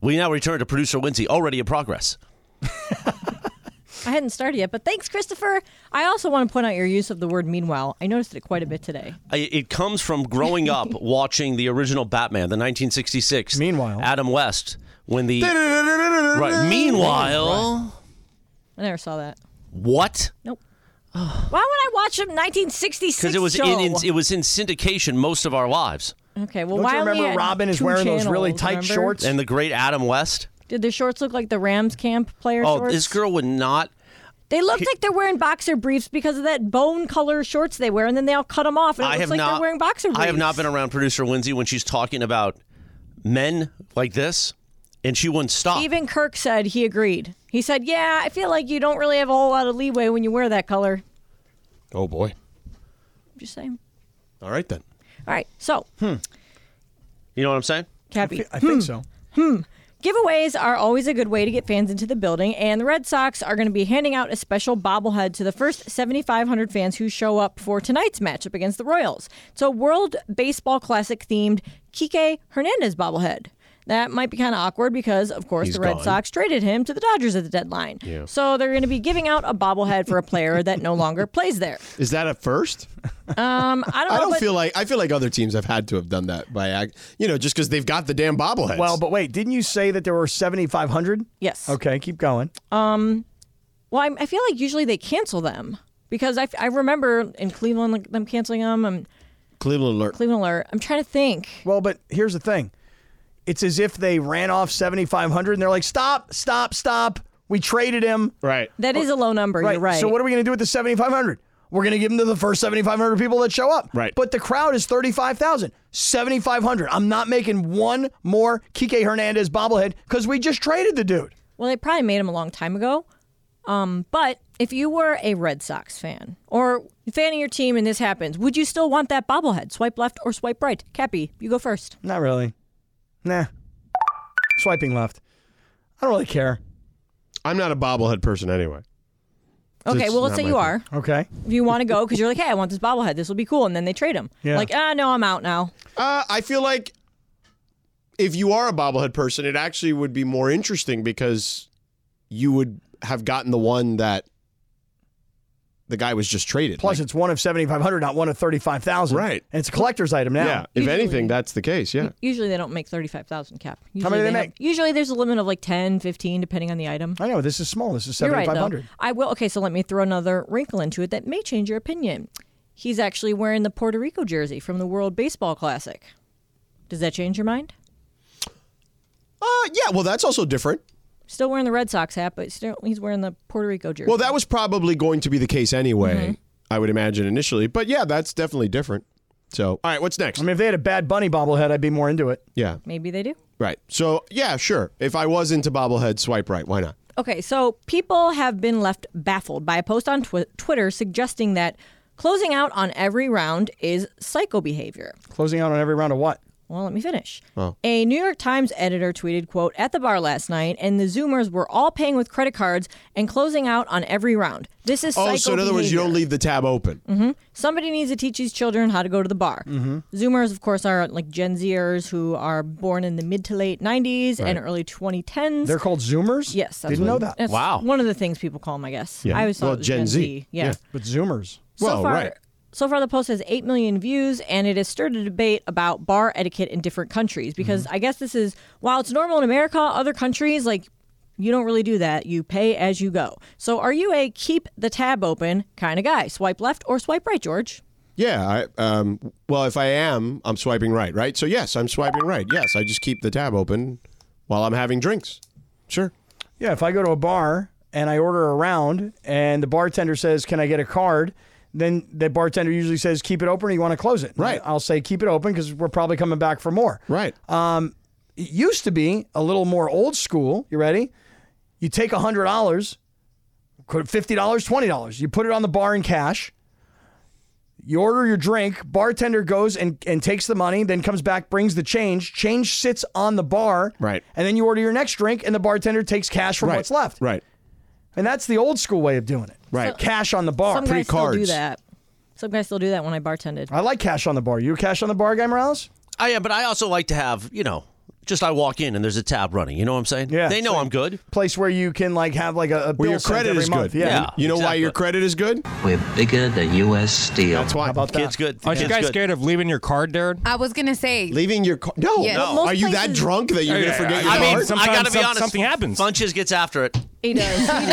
A: We now return to producer Lindsay, already in progress.
C: I hadn't started yet, but thanks, Christopher. I also want to point out your use of the word meanwhile. I noticed it quite a bit today.
A: I- It comes from growing up watching the original Batman, the 1966. Meanwhile, Adam West, when the right. Meanwhile,
C: I never saw that.
A: what?
C: Why would I watch a 1966
A: Because it was
C: show?
A: in, in- it was in syndication most of our lives.
C: okay, well,
D: Don't
C: why
D: you
C: only
D: remember
C: had
D: Robin is
C: two
D: wearing those really
C: channels,
D: tight
C: remember?
D: shorts?
A: And the great Adam West.
C: Did the shorts look like the Rams camp player
A: Oh,
C: shorts?
A: this girl would not.
C: They looked like they're wearing boxer briefs because of that bone color shorts they wear, and then they all cut them off, and it
A: I
C: looks
A: have
C: like
A: not.
C: they're wearing boxer briefs.
A: I have not been around producer Lindsay when she's talking about men like this, and she wouldn't stop.
C: Even Kirk said he agreed. He said, "Yeah, I feel like you don't really have a whole lot of leeway when you wear that color."
B: Oh boy.
C: I'm just saying.
B: All right then.
C: All right, so
A: You know what I'm saying?
C: Cappy.
D: I
A: Hmm.
D: think so.
C: Giveaways are always a good way to get fans into the building, and the Red Sox are going to be handing out a special bobblehead to the first 7,500 fans who show up for tonight's matchup against the Royals. It's a World Baseball Classic themed Kike Hernandez bobblehead. That might be kind of awkward because, of course,
J: He's
C: the Red
J: gone.
C: Sox traded him to the Dodgers at the deadline.
B: Yeah.
C: So they're going to be giving out a bobblehead for a player that no longer plays there.
B: Is that a first?
C: Um, I don't.
B: I
C: know,
B: don't
C: but-
B: feel like I feel like other teams have had to have done that by act, you know, just because they've got the damn bobbleheads.
D: Well, but wait, didn't you say that there were 7,500?
C: Yes.
D: Okay, keep going.
C: Um, well, I, I feel like usually they cancel them because I, I remember in Cleveland like, them canceling them. And
B: Cleveland alert.
C: Cleveland alert. I'm trying to think.
D: Well, but here's the thing it's as if they ran off 7,500 and they're like, stop, stop, stop. We traded him.
B: Right.
C: That is a low number. You're right.
D: So, what are we going to do with the 7,500? We're going to give them to the first 7,500 people that show up. Right. But the crowd is 35,000. 7,500. I'm not making one more Kike Hernandez bobblehead because we just traded the dude.
C: Well, they probably made them a long time ago. Um, but if you were a Red Sox fan or fan of your team and this happens, would you still want that bobblehead? Swipe left or swipe right? Cappy, you go first.
D: Not really. Nah. Swiping left. I don't really care.
B: I'm not a bobblehead person anyway.
C: Okay,
B: It's
C: well, let's
B: not
C: say
B: my
C: you
B: thing.
C: are.
D: Okay.
C: If you want to go because you're like, hey, I want this bobblehead. This will be cool. And then they trade him.
B: Yeah.
C: Like, ah, no, I'm out now.
B: Uh, I feel like if you are a bobblehead person, it actually would be more interesting because you would have gotten the one that the guy was just traded.
D: Plus, it's one of 7,500, not one of 35,000. Right. And it's a collector's item now.
B: yeah, if anything, that's the case. Yeah.
C: Usually they don't make 35,000 cap. Usually
D: How many do they
C: have- usually there's a limit of like 10, 15, depending on the item.
D: I know. This is small. This is
C: You're right, though.
D: 7,500.
C: I will. Okay, so let me throw another wrinkle into it that may change your opinion. He's actually wearing the Puerto Rico jersey from the World Baseball Classic. Does that change your mind?
B: Uh, yeah. Well, that's also different.
C: Still wearing the Red Sox hat, but still, he's wearing the Puerto Rico jersey.
B: Well, that was probably going to be the case anyway, I would imagine initially. But yeah, that's definitely different. So, all right, what's next? I
D: mean, if they had a bad bunny bobblehead, I'd be more into it.
B: Yeah.
C: Maybe they do.
B: Right. So, yeah, sure. If I was into bobblehead, swipe right. Why not?
C: Okay, so people have been left baffled by a post on tw- Twitter suggesting that closing out on every round is psycho behavior.
D: Closing out on every round of what?
C: Well, let me finish.
B: Oh.
C: A New York Times editor tweeted, quote, at the bar last night, and the Zoomers were all paying with credit cards and closing out on every round. This is
B: oh,
C: psycho
B: so in other words, you don't leave the tab open.
E: Mm-hmm.
C: hmm Somebody needs to teach these children how to go to the bar.
B: Mm-hmm.
C: Zoomers, of course, are like Gen Zers who are born in the mid to late 90s and
D: Right.
C: early 2010s.
D: They're called Zoomers.
C: Yes, that's
D: didn't
C: what-
D: know that.
C: that's One of the things people call them, I guess. I always thought it was Gen, Z. Yeah.
D: but Zoomers.
C: so far, so far the post has 8 million views and it has stirred a debate about bar etiquette in different countries because I guess this is while it's normal in America, other countries like you don't really do that. You pay as you go. So are you a keep the tab open kind of guy? Swipe left or swipe right, George?
B: Yeah. I, um, well, if I am, I'm swiping right, right? So, yes, I'm swiping right. Yes, I just keep the tab open while I'm having drinks. Sure.
D: Yeah, if I go to a bar and I order a round and the bartender says, Can I get a card? Then the bartender usually says, Keep it open or you want to close it. Right. I'll say, Keep it open because we're probably coming back for more.
B: Right.
D: Um, it used to be a little more old school. You ready? You take $100, could- $50, $20. You put it on the bar in cash. You order your drink. Bartender goes and, and takes the money, then comes back, brings the change. Change sits on the bar. Right. And then you order your next drink, and the bartender takes cash from what's left.
B: Right.
D: And that's the old school way of doing it. Right. cash on the bar.
C: Some guys still do that. Some guys still do that when I bartended.
D: I like cash on the bar. You a cash on the bar guy, Morales?
A: I am, but I also like to have, you know, just I walk in and there's a tab running. You know what I'm saying? Yeah. They know I'm good.
D: Place where you can like have like a, a bill
A: your
D: sent
A: credit
D: every
A: is
D: month.
A: good.
D: Yeah.
A: Yeah. You know why your
B: credit is good?
H: We're bigger than U.S. Steel.
B: That's why. How
D: about
H: that? Kid's good.
J: Aren't you
H: Kid's
J: guys
H: good.
J: scared of leaving your card there?
E: I was gonna say
B: Leaving your car? No.
E: Yeah. No. Most
B: Are you that
E: places-
B: drunk that you're
J: Yeah,
B: going to forget
J: yeah,
B: your
J: I mean,
B: card?
J: sometimes
A: I gotta be
J: some-
A: honest.
J: something happens.
A: Funches gets after it.
C: He does. He
J: Some-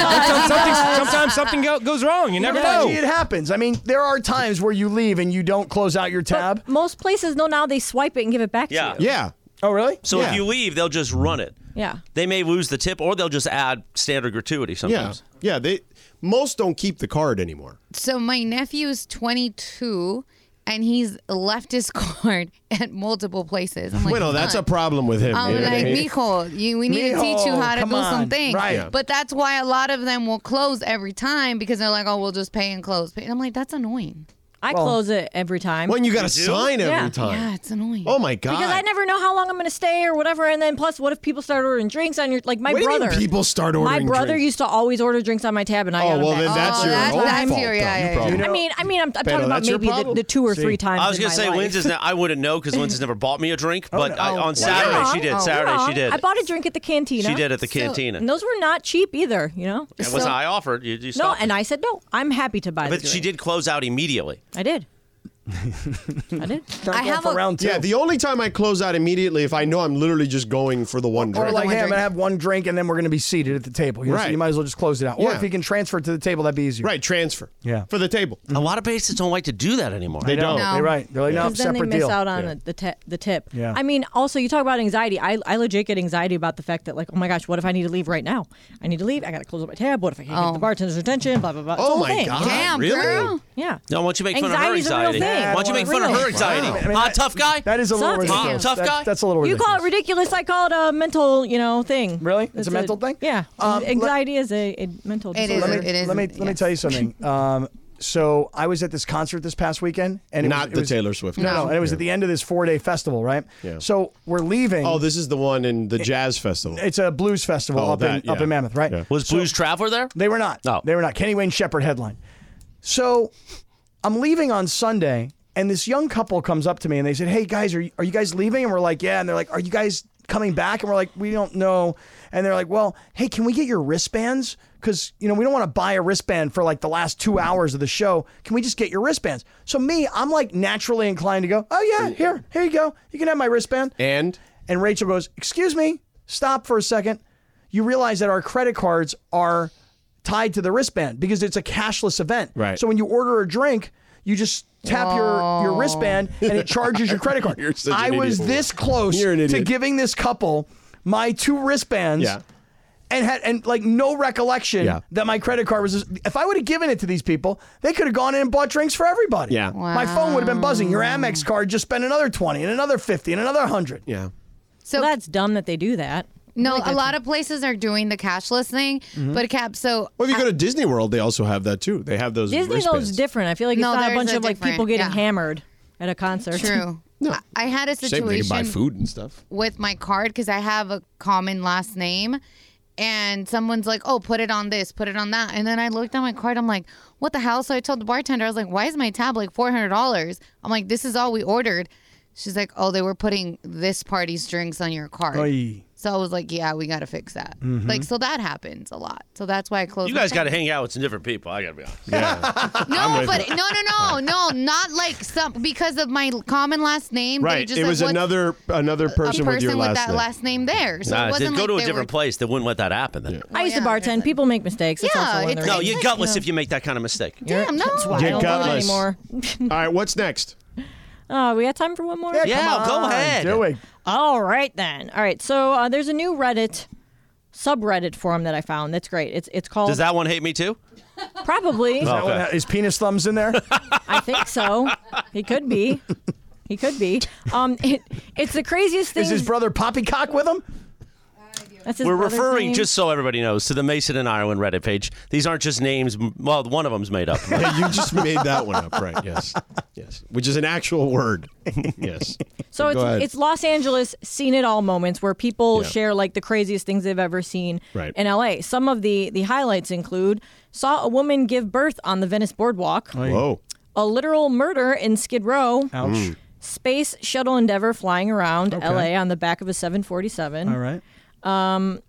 J: something- sometimes something go- goes wrong. You never know.
D: It happens. I mean, there are times where you leave and you don't close out your tab.
C: Most places know now they swipe it and give it back
A: Yeah.
C: to you.
D: Oh, really?
A: So if you leave, they'll just run it.
C: Yeah.
A: They may lose the tip or they'll just add standard gratuity
B: Yeah.
A: sometimes.
B: Yeah. They Most don't keep the card anymore.
E: So my nephew is 22 and he's left his card at multiple places. I'm like,
B: well, no, oh, that's a
E: "Son."
B: problem with him.
E: I'm
B: you know what I
E: like,
B: mean?
E: Mijo, you, we need
B: Mijo,
E: to teach you how to
B: come
E: do
B: on."
E: something.
B: Right. Yeah.
E: But that's why a lot of them will close every time because they're like, oh, we'll just pay and close. And I'm like, that's annoying.
C: I
E: Well-
C: close it every time.
B: Well, and you got to
E: You do?
B: sign every
E: Yeah.
B: time.
E: Yeah, Ah, it's annoying.
B: Oh, my God.
C: Because I never know how long I'm going to stay or whatever. And then plus, what if people start ordering drinks on your like my
B: What do you mean
C: brother?
B: people start
C: My
B: ordering
C: brother
B: drinks?
C: used to always order drinks on my tab, and I
B: Oh,
C: got 'em
B: well,
C: back.
B: then that's your
E: that's-
B: own
E: that's
B: fault.
E: your- yeah,
B: though.
E: yeah, yeah.
B: You probably-
C: I mean, I mean, I'm, I'm
B: Beto,
C: talking about
B: that's your
C: maybe the,
B: problem.
C: the two or
B: See?
C: three times.
A: I was
C: in
A: gonna
C: my
A: say
C: life.
A: Lindsay's. Now, I wouldn't know because Lindsay's never bought me a drink,
J: Oh,
A: but I, on Saturday
C: Wrong.
A: she did.
C: Oh,
A: Saturday
C: wrong.
A: she did.
C: I bought a drink at the cantina.
A: She did at the cantina.
C: and those were not cheap either. You know.
A: It was
C: So-
A: I offered. You, you
C: no,
A: stopped.
C: and I said no. I'm happy to buy. the
A: but she
C: drink.
A: did close out immediately.
C: I did. I did.
D: I have a- round two.
B: Yeah, the only time I close out immediately if I know I'm literally just going for the one drink.
D: Or like, hey, I'm gonna have one drink and then we're gonna be seated at the table. You know, so
B: Right.
D: you might as well just close it out. Or
B: Yeah.
D: if you can transfer it to the table, that'd be easier.
B: Right, transfer.
D: Yeah.
B: For the table.
A: A lot of bases don't like to do that anymore.
D: They I know. don't. No. They're right. They're like, no,
C: Because then they
D: separate
C: miss
D: deal.
C: out on
D: Yeah.
C: the, t- the tip.
D: Yeah.
C: I mean, also you talk about anxiety. I, I legit get anxiety about the fact that like, oh my gosh, what if I need to leave right now? I need to leave. I got to close up my tab. What if I can't get the bartender's attention? Blah blah blah. It's
A: Oh
C: a whole
A: my
C: thing.
A: God, Damn, really? girl.
C: Yeah.
A: No, why don't you make fun of her
C: Anxiety's a real
A: anxiety?
C: thing.
A: Why don't you make fun of her anxiety?
D: Wow. I
A: Huh,
D: mean, that-
A: tough guy.
D: That is a little
C: Sucks.
D: ridiculous.
A: Huh, tough
D: That-
A: guy.
D: that's a little
C: You
D: ridiculous.
C: call it ridiculous. I call it a mental, you know, thing. Really?
D: It's a mental thing?
C: Yeah.
D: Um, let-
C: anxiety is a, a mental.
E: It
C: disorder.
D: let me, Let me, let me tell you something. Um, so I was at this concert this past weekend, and it
B: Not
D: was, it
B: the
D: was-
B: Taylor Swift
D: No, no,
B: concert.
D: and it was at the end of this four-day festival, right? Yeah. So we're leaving.
B: Oh, this is the one in the jazz festival.
D: It's a blues festival
B: Oh,
D: up in
B: that,
D: up
B: yeah.
D: in Mammoth, right?
A: Was Blues Traveler there?
D: They were not. No, they were not. Kenny Wayne Shepherd headline. So I'm leaving on Sunday, and this young couple comes up to me and they said, "Hey guys, are you, are you guys leaving?" And we're like, "Yeah." And they're like, "Are you guys coming back?" And we're like, "We don't know." And they're like, "Well, hey, can we get your wristbands? Because you know we don't want to buy a wristband for like the last two hours of the show. Can we just get your wristbands?" So me, I'm like naturally inclined to go, "Oh yeah, here, here you go. You can have my wristband."
B: And
D: and Rachel goes, "Excuse me, stop for a second. You realize that our credit cards are." tied to the wristband because it's a cashless event.
B: Right.
D: So when you order a drink, you just tap your, your wristband and it charges your credit card.
B: You're such an
D: I was
B: idiot.
D: this close
B: You're an
D: to
B: idiot.
D: giving this couple my two wristbands.
B: Yeah.
D: And had and like no recollection
B: Yeah.
D: that my credit card was. If I would have given it to these people, they could have gone in and bought drinks for everybody.
B: Yeah.
D: my phone would have been buzzing. Your Amex card just spent another twenty and another fifty and another hundred.
B: Yeah,
E: So
C: that's dumb that they do that.
E: No, a lot of places are doing the cashless thing,
B: Mhm.
E: but Cap, so
B: Well, if you go to Disney World, they also have that too. They have those
C: Disney though
B: wristbands.
C: is different. I feel like it's
E: No,
C: not a
E: there's
C: bunch
E: a
C: of like
E: different-
C: people getting
E: yeah.
C: hammered at a concert.
E: True.
B: No.
E: I had a
B: Same thing, you
E: situation
B: can buy food and stuff.
E: with my card because I have a common last name. And someone's like, oh, put it on this, put it on that. And then I looked at my card. I'm like, what the hell? So I told the bartender, I was like, why is my tab like $400? I'm like, this is all we ordered. She's like, oh, they were putting this party's drinks on your card.
A: Oy.
E: So I was like, yeah, we got to fix that.
B: Mm-hmm.
A: Mhm.
E: Like, so that happens a lot. So that's why I closed
A: You
E: my
A: guys
E: tab.
A: got to hang out with some different people. I got to be honest.
E: No, but no, no, no, no, not like some because of my common last name. They
B: Right.
E: just
B: it
E: like,
B: was
E: what's-
B: another another
E: a
B: person,
E: person
B: with your last
E: that
B: name.
E: last name there. So it
A: Nah,
E: wasn't
A: go
E: like
A: to a
E: they
A: different place that wouldn't let that happen. Then.
C: I used to bartend. People make mistakes. That's
E: Yeah,
C: also one of the
A: No,
C: reasons.
A: you're gutless if you make that kind of mistake.
C: You're- Damn, no. that's why I
B: Get
C: don't do it
B: gutless.
C: anymore.
B: All right, what's next?
C: Uh, we got time for one more?
B: Yeah, Yeah, come go on, ahead. do it.
C: All right, then. All right, so uh, there's a new Reddit subreddit forum that I found. That's great. It's it's called
A: Does that one hate me too?
C: Probably.
D: Is, that what, ha- is penis thumbs in there?
C: I think so. He could be. He could be. Um, it, it's the craziest thing.
D: is his brother Poppycock with him?
C: That's his
A: We're
C: brother's
A: referring,
C: name.
A: just so everybody knows, to the Mason and Ireland Reddit page. These aren't just names. m- Well, one of them's made up.
B: Yeah, you just made that one up, right? Yes, yes, which is an actual word. Yes.
C: So
B: Go ahead.
C: it's, it's Los Angeles seen it all moments where people
B: Yeah.
C: share like the craziest things they've ever seen
B: Right.
C: in LA. Some of the the highlights include saw a woman give birth on the Venice boardwalk.
B: Whoa.
C: A literal murder in Skid Row.
D: Ouch. Mm.
C: Space shuttle Endeavor flying around
D: Okay.
C: LA on the back of a 747.
D: All right.
C: Um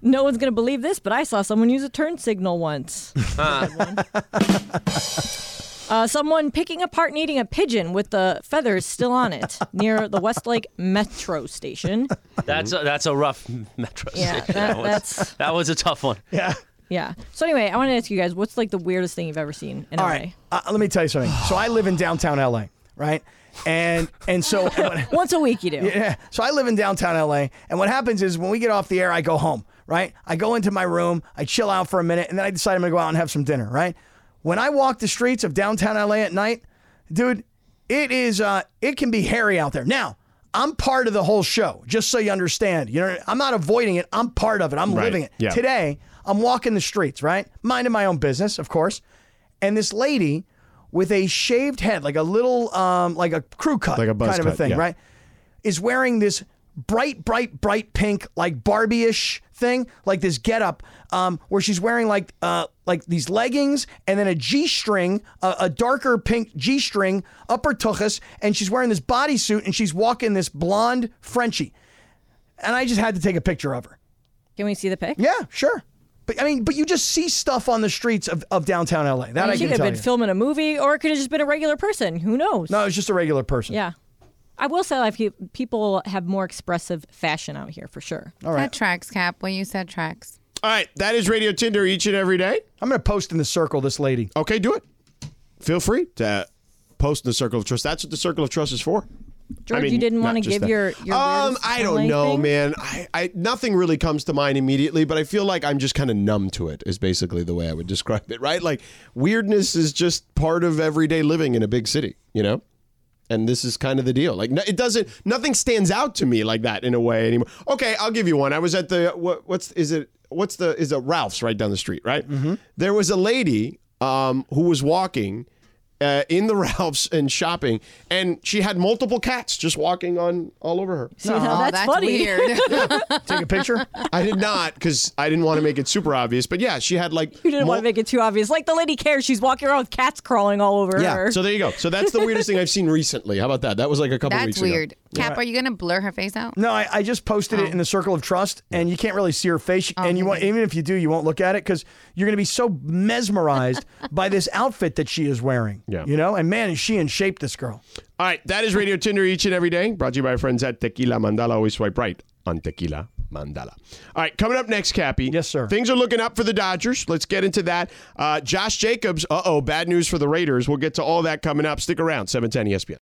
C: no one's going to believe this, but I saw someone use a turn signal once. Uh, someone picking apart and eating a pigeon with the feathers still on it near the Westlake Metro station.
A: that's a, that's a rough metro.
C: Yeah,
A: station.
C: that-
A: was,
C: that's-
A: that was a tough one.
D: Yeah.
C: Yeah. So anyway, I want to ask you guys, what's like the weirdest thing you've ever seen in
D: All
C: LA?
D: right. Uh, let me tell you something. So I live in downtown LA, right? And and so
C: once a week you do.
D: Yeah. So I live in downtown LA, and what happens is when we get off the air, I go home, right? I go into my room, I chill out for a minute, and then I decide I'm gonna go out and have some dinner, right? When I walk the streets of downtown LA at night, dude, it is uh, it can be hairy out there. Now. I'm part of the whole show, just so you understand. You know, I'm not avoiding it. I'm part of it. I'm
K: Right.
D: living it.
K: Yeah.
D: Today, day, I'm walking the streets, right? Minding my own business, of course. And this lady with a shaved head, like a little, um, like a crew cut,
B: Like a buzz
D: kind of a
B: cut,
D: thing,
B: yeah.
D: right? Is wearing this bright, bright, bright pink, like Barbie-ish thing, like this getup, um, where she's wearing like, uh, like these leggings and then a G-string, a, a darker pink G-string, upper tuchus, and she's wearing this bodysuit and she's walking this blonde Frenchie. And I just had to take a picture of her.
C: Can we see the pic?
D: Yeah, sure. But I mean, but you just see stuff on the streets of, of downtown LA. That I
C: she
D: can
C: could have
D: tell
C: been
D: you.
C: filming a movie, or it could have just been a regular person. Who knows?
D: no, it's just a regular person.
C: Yeah. I will say, like, pe- people have more expressive fashion out here for sure.
D: All right.
E: That tracks, Cap. When you said tracks.
B: All right, that is Radio Tinder each and every day.
D: I'm going to post in the circle this lady.
B: Okay, do it. Feel free to post in the circle of trust. That's what the circle of trust is for.
C: George, you didn't
B: not
C: wanna
B: just
C: give
B: that.
C: your- your
B: um,
C: weirdest
B: I don't
C: online
B: know,
C: thing?
B: man. I, I nothing really comes to mind immediately, but I feel like I'm just kind of numb to it. Is basically the way I would describe it, right? Like weirdness is just part of everyday living in a big city, you know. And this is kind of the deal. Like no, it doesn't, nothing stands out to me like that in a way anymore. Okay, I'll give you one. I was at the what, what's is it? What's the is it Ralph's right down the street, right? There was a lady um, who was walking uh, in the Ralphs and shopping, and she had multiple cats just walking on all over her.
C: See, now that's, funny.
E: weird.
D: Take a picture.
B: I did not because I didn't want to make it super obvious. But yeah, she had like
C: you didn't want to
B: mul-
C: make it too obvious. Like, the lady cares. She's walking around with cats crawling all over
B: yeah.
C: her.
B: So there you go. So that's the weirdest thing I've seen recently. How about that? That was like a couple
E: That's
B: weeks
E: weird.
B: ago.
E: Cap, are you gonna blur her face out?
D: No, I, I just posted it in the circle of trust, and you can't really see her face. and you want, even if you do, you won't look at it because you're going to be so mesmerized by this outfit that she is wearing. Yeah. You know, and man, is she in shape, this girl.
B: All right, that is Radio Tinder each and every day. Brought to you by our friends at Tequila Mandala. Always swipe right on Tequila Mandala. All right, coming up next, Cappy. Yes, sir. Things are looking up for the Dodgers. Let's get into that. Uh, Josh Jacobs. Uh oh, bad news for the Raiders. We'll get to all that coming up. Stick around. Seven ten E ESPN.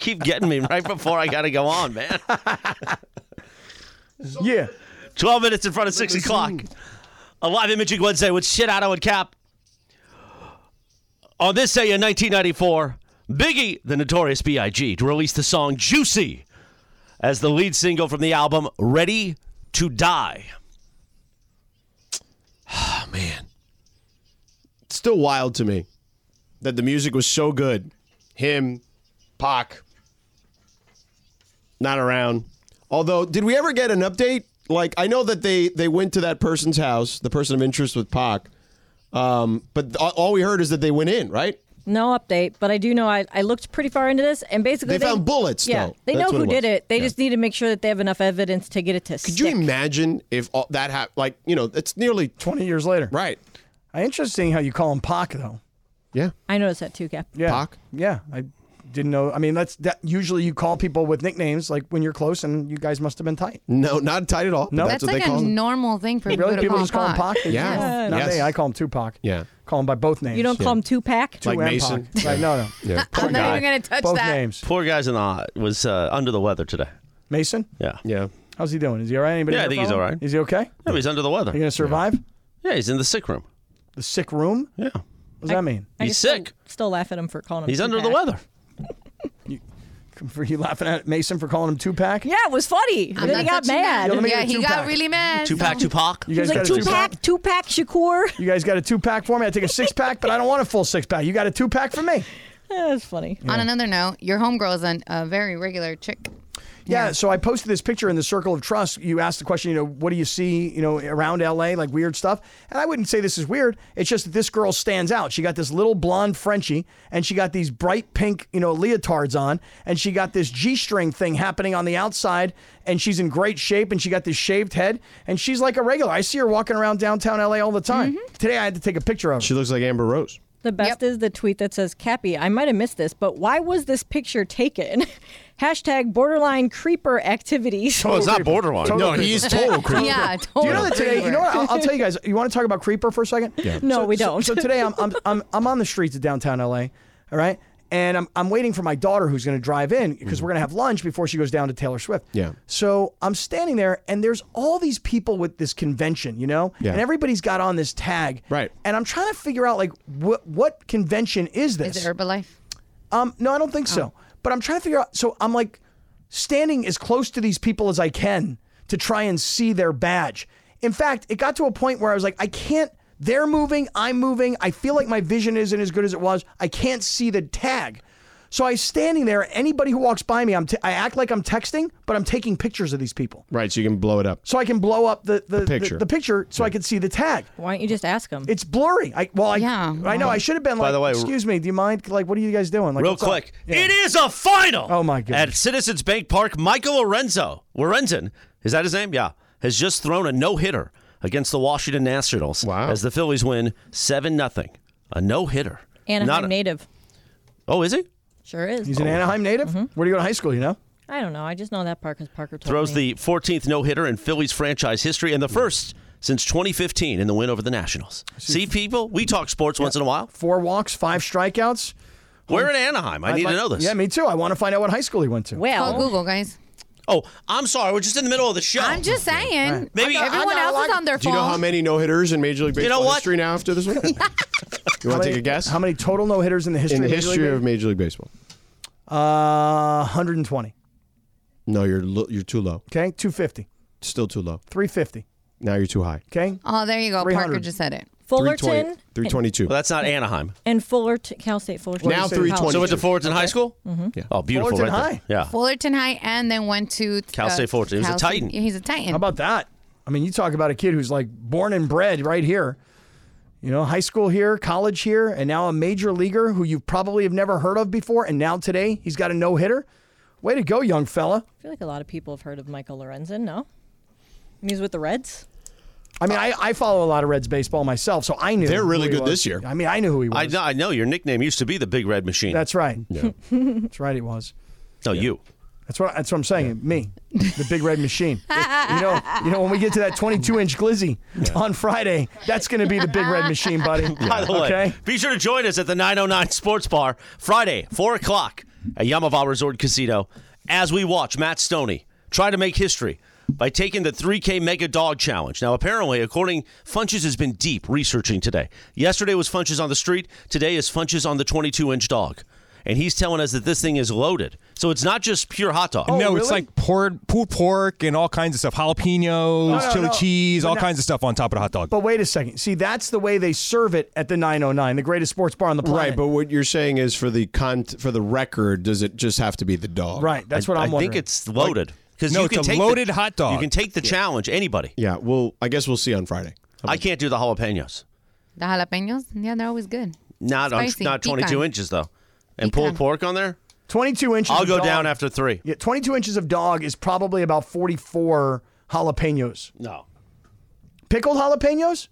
A: Keep getting me right before I got to go on, man.
D: yeah.
A: 12 minutes in front of 6 o'clock. A live imaging Wednesday with shit out and cap. On this day in 1994, Biggie, the notorious B.I.G., to release the song Juicy as the lead single from the album Ready to Die.
B: It's still wild to me that the music was so good. Him, Pac. Not around. Although, did we ever get an update? Like, I know that they they went to that person's house, the person of interest with Pac. Um, but all- all we heard is that they went in, right?
C: No update, but I do know I, I looked pretty far into this, and basically
B: They found bullets,
C: Yeah,
B: though.
C: they
B: That's
C: know
B: what
C: who
B: it
C: did
B: was.
C: it. They
B: Yeah.
C: just need to make sure that they have enough evidence to get it to.
B: Could you imagine if all that happened? Like, you know, it's nearly
D: 20 years later.
B: Right.
D: Interesting how you call him Pac, though.
B: Yeah.
C: I noticed that too, Cap.
D: Yeah. Yeah. I didn't know. I mean, that's that. Usually you call people with nicknames like when you're close, and you guys must have been tight.
B: No, not tight at all.
D: No,
E: That's, like a normal thing for
D: Really,
E: people
D: people
E: to
D: just call him Pac. They just call him- Not
B: Yes.
D: me. I call him Tupac.
B: Yeah.
D: Call him by both names.
C: You don't call him Tupac.
D: Two and Pac. Right? No, no.
A: Yeah.
E: I'm not even gonna touch
D: Both
E: that.
D: names.
A: Poor guy's in the was uh, under the weather today.
D: Mason.
A: Yeah.
B: Yeah.
D: How's he doing? Is he all right? Anybody
A: Yeah, I
D: on the
A: think he's
D: phone?
A: all right.
D: Is he okay?
A: Yeah, but he's under the weather.
D: Are you gonna survive?
A: Yeah, he's in the sick room.
D: The sick room.
A: Yeah. What
D: does that mean?
C: I
A: He's
C: just
A: sick.
C: Still, still laugh at him for calling him.
A: He's under the
C: Tupac.
A: weather.
D: For you laughing at Mason for calling him Tupac?
C: Yeah, it was funny.
E: I'm
C: then
E: not
C: he got
E: touching
C: mad.
E: that.
D: Yo, let me
E: Yeah,
D: get
E: he
D: two
E: got
D: pack.
E: really mad.
A: Tupac, Tupac.
D: You
C: He was
D: guys
C: like
D: got a
C: Tupac,
D: two-pack?
C: Tupac Shakur.
D: You guys got a two pack for me? I take a six pack, but I don't want a full six pack. You got a two pack for me?
C: Yeah, That's funny.
E: On another note, your homegirl is an- a very regular chick.
D: Yeah, so I posted this picture in the circle of trust. You asked the question, you know, what do you see, you know, around LA, like weird stuff? And I wouldn't say this is weird. It's just that this girl stands out. She got this little blonde Frenchie and she got these bright pink, you know, leotards on and she got this G string thing happening on the outside and she's in great shape and she got this shaved head and she's like a regular. I see her walking around downtown LA all the time. Today I had to take a picture of her.
B: She looks like Amber Rose.
C: The best is the tweet that says, Cappy, I might have missed this, but why was this picture taken? Hashtag borderline creeper activities.
A: Oh, it's not borderline.
D: Total
A: no,
D: creeper.
A: he's total creeper.
E: Yeah, totally.
D: Do you know that today? You know what? I'll, I'll tell you guys. You want to talk about creeper for a second? Yeah.
C: No, we don't.
D: So, today I'm, I'm I'm I'm on the streets of downtown LA. All right. And I'm, I'm waiting for my daughter who's going to drive in because we're going to have lunch before she goes down to Taylor Swift.
B: Mm-hmm. Yeah.
D: So I'm standing there and there's all these people with this convention, you know?
B: Yeah.
D: And everybody's got on this tag.
B: Right.
D: And I'm trying to figure out like what what convention is this?
E: Is it Herbalife?
D: Um, no, I don't think so.
A: Oh.
D: But I'm trying to figure out. So I'm like standing as close to these people as I can to try and see their badge. In fact, it got to a point where I was like, I can't. They're moving. I'm moving. I feel like my vision isn't as good as it was. I can't see the tag. So I'm standing there. Anybody who walks by me, I'm t- I act like I'm texting, but I'm taking pictures of these people
B: Right, so you can blow it up.
D: so I can blow up the the, the
B: picture.
D: the picture so I can see the tag.
C: Why don't you just ask him?
D: It's blurry. I well, I
E: Yeah,
D: I know. I should have been
A: By
D: like,
A: the way,
D: excuse me, do you mind? Like, what are you guys doing? Like,
A: Real
D: what's up?"
A: quick,
D: Yeah.
A: it is a final.
D: Oh, my goodness.
A: At Citizens Bank Park, Michael Lorenzo, Lorenzen, is that his name? Yeah, has just thrown a no hitter against the Washington Nationals.
B: Wow.
A: As the Phillies win seven nothing, a no hitter.
C: Anaheim
A: Not a-
C: native.
A: Oh, is he?
C: Sure is.
D: He's an Anaheim native. Where do you go to high school? You know,
C: I don't know. I just know that part because Parker told
A: Throws
C: me.
A: the 14th no hitter in Phillies franchise history and the first since 2015 in the win over the Nationals. See, people, we talk sports once in a while.
D: four walks, five strikeouts.
A: We're in Anaheim. I
D: I'd
A: need
D: like-
A: to know this.
D: Yeah, me too. I want to find out what high school he went to.
E: Call
C: well.
E: Google, guys.
A: Oh, I'm sorry. We're just in the middle of the show.
E: I'm just saying.
A: Maybe- I got- I
E: everyone
D: got a
E: else
D: lot-
E: is on their
B: Do you
E: phone.
B: know how many no hitters in Major League
A: You know
B: Baseball
A: what?
B: history now after this one? you
D: How
B: want to
D: many-
B: take a guess?
D: How many total no hitters in the history?
B: in the
D: of Major League
B: history of Major League Baseball?
D: League? uh, 120.
B: No, you're lo- you're too low.
D: Okay, 250,
B: Still too low.
D: 350.
B: Now you're too high.
D: Okay,
E: Oh, there you go.
D: 300.
E: Parker just said it.
C: Fullerton
B: 322.
A: Well, that's not Anaheim.
C: and Fullerton, Cal State Fullerton.
B: Now
C: College.
B: 320.
A: So went to Fullerton High School. Mm-hmm.
B: Yeah.
A: Oh, beautiful.
D: Fullerton
A: right there. Yeah.
D: High.
E: Fullerton High and then went to
A: Cal State Fullerton. He was a
E: Cal
A: Titan.
E: State- He's a Titan.
D: how about that? I mean, you talk about a kid who's like born and bred right here. You know, high school here, college here, and now a major leaguer who you probably have never heard of before. And now today, he's got a no hitter. Way to go, young fella.
C: I feel like a lot of people have heard of Michael Lorenzen. No, And he's with the Reds.
D: I mean, I, I follow a lot of Reds baseball myself, so I knew
B: They're
D: who
B: really
D: he
B: good
D: was.
B: this year.
D: I mean, I knew who he was.
A: I know, I know your nickname used to be the Big Red Machine.
D: That's right. that's right. He was.
A: no, you.
D: That's what that's what I'm saying. Me, the big red machine. you know, you know when we get to that 22 inch glizzy on Friday, that's going to be the big red machine, buddy.
A: By the way,
D: okay.
A: be sure to join us at the 909 Sports Bar Friday, 4 o'clock at Yamava Resort Casino as we watch Matt Stoney try to make history by taking the 3K Mega Dog Challenge. Now, apparently, according, Funches has been deep researching today. Yesterday was Funches on the street. Today is Funches on the 22-inch dog. and he's telling us that this thing is loaded. So it's not just pure hot
D: Oh,
A: dog.
J: no, it's like poured pulled pork and all kinds of stuff, jalapenos,
D: No, no,
J: chili
D: no.
J: cheese,
D: But
J: all
D: no-
J: kinds of stuff on top of the hot dog.
D: But wait a second. See, that's the way they serve it at the 909, the greatest sports bar on the planet.
B: Right, but what you're saying is for the con- for the record, does it just have to be the dog?
D: Right, that's
A: I,
D: what I'm
A: I
D: wondering.
A: think it's loaded because
B: No,
A: you
B: it's
A: can
B: a
A: take the-
B: loaded hot dog.
A: You can take the challenge. Anybody.
B: Yeah, well, I guess we'll see on Friday.
A: I can't do the jalapenos.
E: The jalapenos, yeah, they're always good.
A: Not on,
E: Spicy,
A: not 22
E: pecan.
A: inches though, and pulled pork on there.
D: 22 inches.
A: I'll
D: of
A: go
D: dog-
A: down after three.
D: Yeah, 22 inches of dog is probably about 44 jalapenos.
A: No.
D: Pickled jalapenos?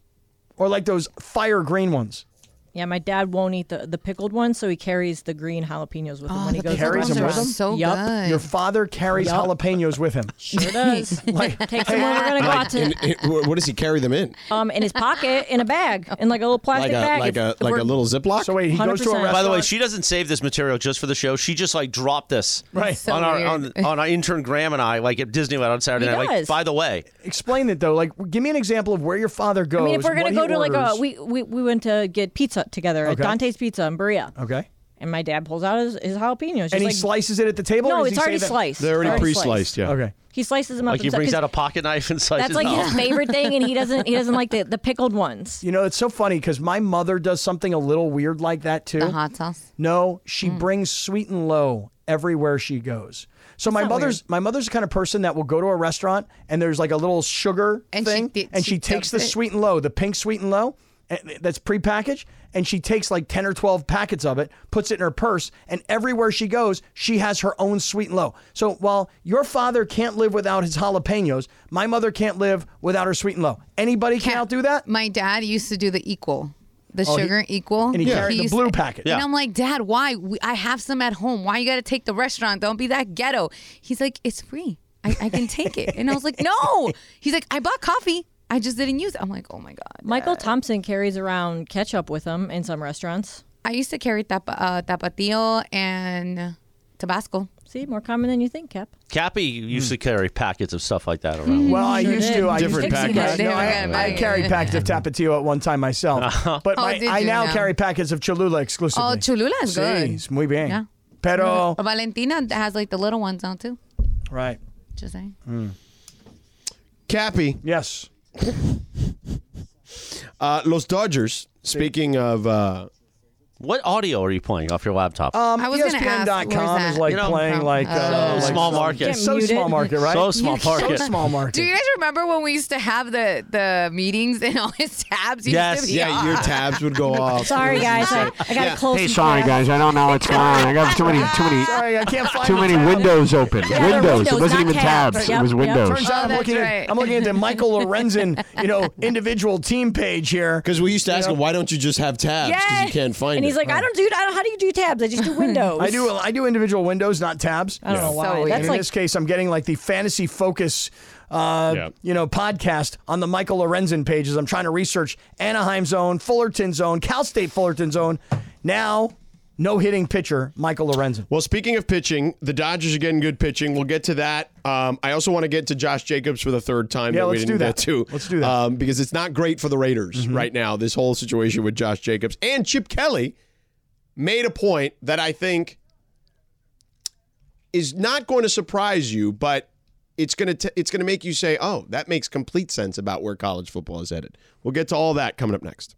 D: Or like those fire green ones?
C: Yeah, my dad won't eat the, the pickled ones, so he carries the green jalapenos
E: Oh,
C: with him when he goes
D: carries
C: to
D: them with him?
C: restaurants. Yup.
D: Your father carries
C: Yup.
D: jalapenos with him.
C: Sure does. Takes them when we're gonna go out to
B: In- in- wh- what does he carry them in?
C: um in his pocket in a bag in like a little plastic
B: Like a
C: bag.
B: like a
C: If- if
B: like
C: we're-
B: a little Ziploc.
D: So wait, he goes to
C: 100%.
D: a restaurant.
A: By the way, she doesn't save this material just for the show. She just like dropped this
D: Right. So
A: on our
D: weird.
A: on, on our intern Graham and I like at Disneyland on Saturday
C: He
A: night. Like,
C: does.
A: by the way,
D: Explain it though. Like, give me an example of where your father goes.
C: I mean, if we're
D: what
C: gonna
D: he
C: go to like a
D: orders.
C: we, we we went to get pizza together
D: Okay.
C: at Dante's Pizza in Berea,
D: Okay.
C: and my dad pulls out his, his jalapenos. He's
D: And he
C: like,
D: slices it at the table?
C: No,
D: or does
C: it's
D: Oh, he
C: already
D: save it?
C: sliced. They're already Already pre-sliced, sliced.
B: yeah.
D: Okay.
C: he slices them up.
A: like he
C: himself,
A: brings
C: 'cause
A: out a pocket knife and slices.
C: That's like
A: it
C: his
A: up.
C: favorite thing, and he doesn't he doesn't like the, the pickled ones.
D: You know, it's so funny because my mother does something a little weird like that too.
C: Uh-huh.
E: The hot sauce.
D: No, she
E: Hmm.
D: brings sweet and low everywhere she goes. So my
E: not
D: mother's my mother's the kind of person that will go to a restaurant and there's like a little sugar
E: And she
D: thing,
E: di-
D: and she,
E: she dumps
D: takes the
E: it.
D: sweet and low, the pink sweet and low. eh, That's prepackaged, and she takes like ten or twelve packets of it, puts it in her purse, and everywhere she goes, she has her own sweet and low. So while your father can't live without his jalapenos, my mother can't live without her sweet and low. Anybody can outdo that?
E: My dad used to do the equal, the
D: Oh, he-
E: sugar equal,
D: and he Yeah. carried the
E: used-
D: blue packet.
E: And
D: Yeah.
E: I'm like, Dad, why? We, I have some at home. Why you got to take the restaurant? Don't be that ghetto. He's like, it's free. I, I can take it. And I was like, no. He's like, I bought coffee. I just didn't use. It. I'm like, oh my god.
C: Michael Thompson carries around ketchup with him in some restaurants.
E: I used to carry tap, uh, tapatio and Tabasco.
C: See, more common than you think, Cap.
A: Cappy used
D: Mm.
A: to carry packets of stuff like that around.
D: Well, I used to. I
B: Different
D: used to,
B: packets.
D: No, I, I carried packets of Tapatio at one time myself, but
E: Oh,
D: my,
E: did
D: I
E: you
D: now,
E: now?
D: carry packets of Cholula exclusively.
E: Oh, Cholula is good.
D: Sí, muy bien.
E: Yeah.
D: Pero
E: Valentina has like the little ones now too.
D: right,
E: Just saying.
B: Cappy.
D: Yes.
B: uh, Los Dodgers. Speaking of, uh,
A: What audio are you playing off your laptop?
D: um,
E: I was gonna ask,
D: ESPN.com
E: where's
D: is like
A: that? You know,
D: playing like
A: so
E: Oh,
D: uh, like
A: small
D: some-
A: market. Get
D: so
C: muted.
D: small market, right?
A: So small
D: so
A: market.
D: small
E: Do you
D: market.
E: guys remember when we used to have the the meetings and all his tabs? Used
A: Yes.
E: to be
B: yeah,
E: on?
B: your tabs would go off.
C: Sorry,
B: It was
C: guys. I,
B: insane.
C: I got to close.
K: Hey,
C: some
K: sorry
C: tabs.
K: guys, I don't know what's going on. I got too many, too many,
D: Sorry, I can't find
K: too
D: the
K: many
D: tab.
K: windows open.
C: Yeah, they're
K: windows. It
C: windows,
K: wasn't
C: not
K: even
C: tabs.
K: tabs.
C: Yep,
K: It was
C: yep.
K: windows.
D: Turns out I'm
E: Oh, that's
D: looking,
E: right.
D: at, I'm looking at the Michael Lorenzen, you know, individual team page here.
B: Because we used to ask him, why don't you just have tabs? Because you
C: Yes.
B: can't find
C: And he's
B: it.
C: like, I don't do. I don't, how do you do tabs? I just do windows.
D: I do I do individual windows, not tabs.
E: Oh,
C: I don't know why.
E: So weird.
D: And
C: That's
D: in
C: like
D: this case, I'm getting like the fantasy focus, uh,
B: Yeah.
D: you know, podcast on the Michael Lorenzen pages. I'm trying to research Anaheim zone, Fullerton zone, Cal State Fullerton zone. Now, no hitting pitcher, Michael Lorenzen.
B: Well, speaking of pitching, the Dodgers are getting good pitching. We'll get to that. Um, I also want to get to Josh Jacobs for the third time.
D: Yeah,
B: that we
D: let's
B: didn't
D: do
B: Get
D: that.
B: to.
D: Let's do that. Mm-hmm.
B: Um, because it's not great for the Raiders right now. This whole situation with Josh Jacobs and Chip Kelly made a point that I think is not going to surprise you, but it's going to it's going to make you say, "Oh, that makes complete sense about where college football is headed." We'll get to all that coming up next.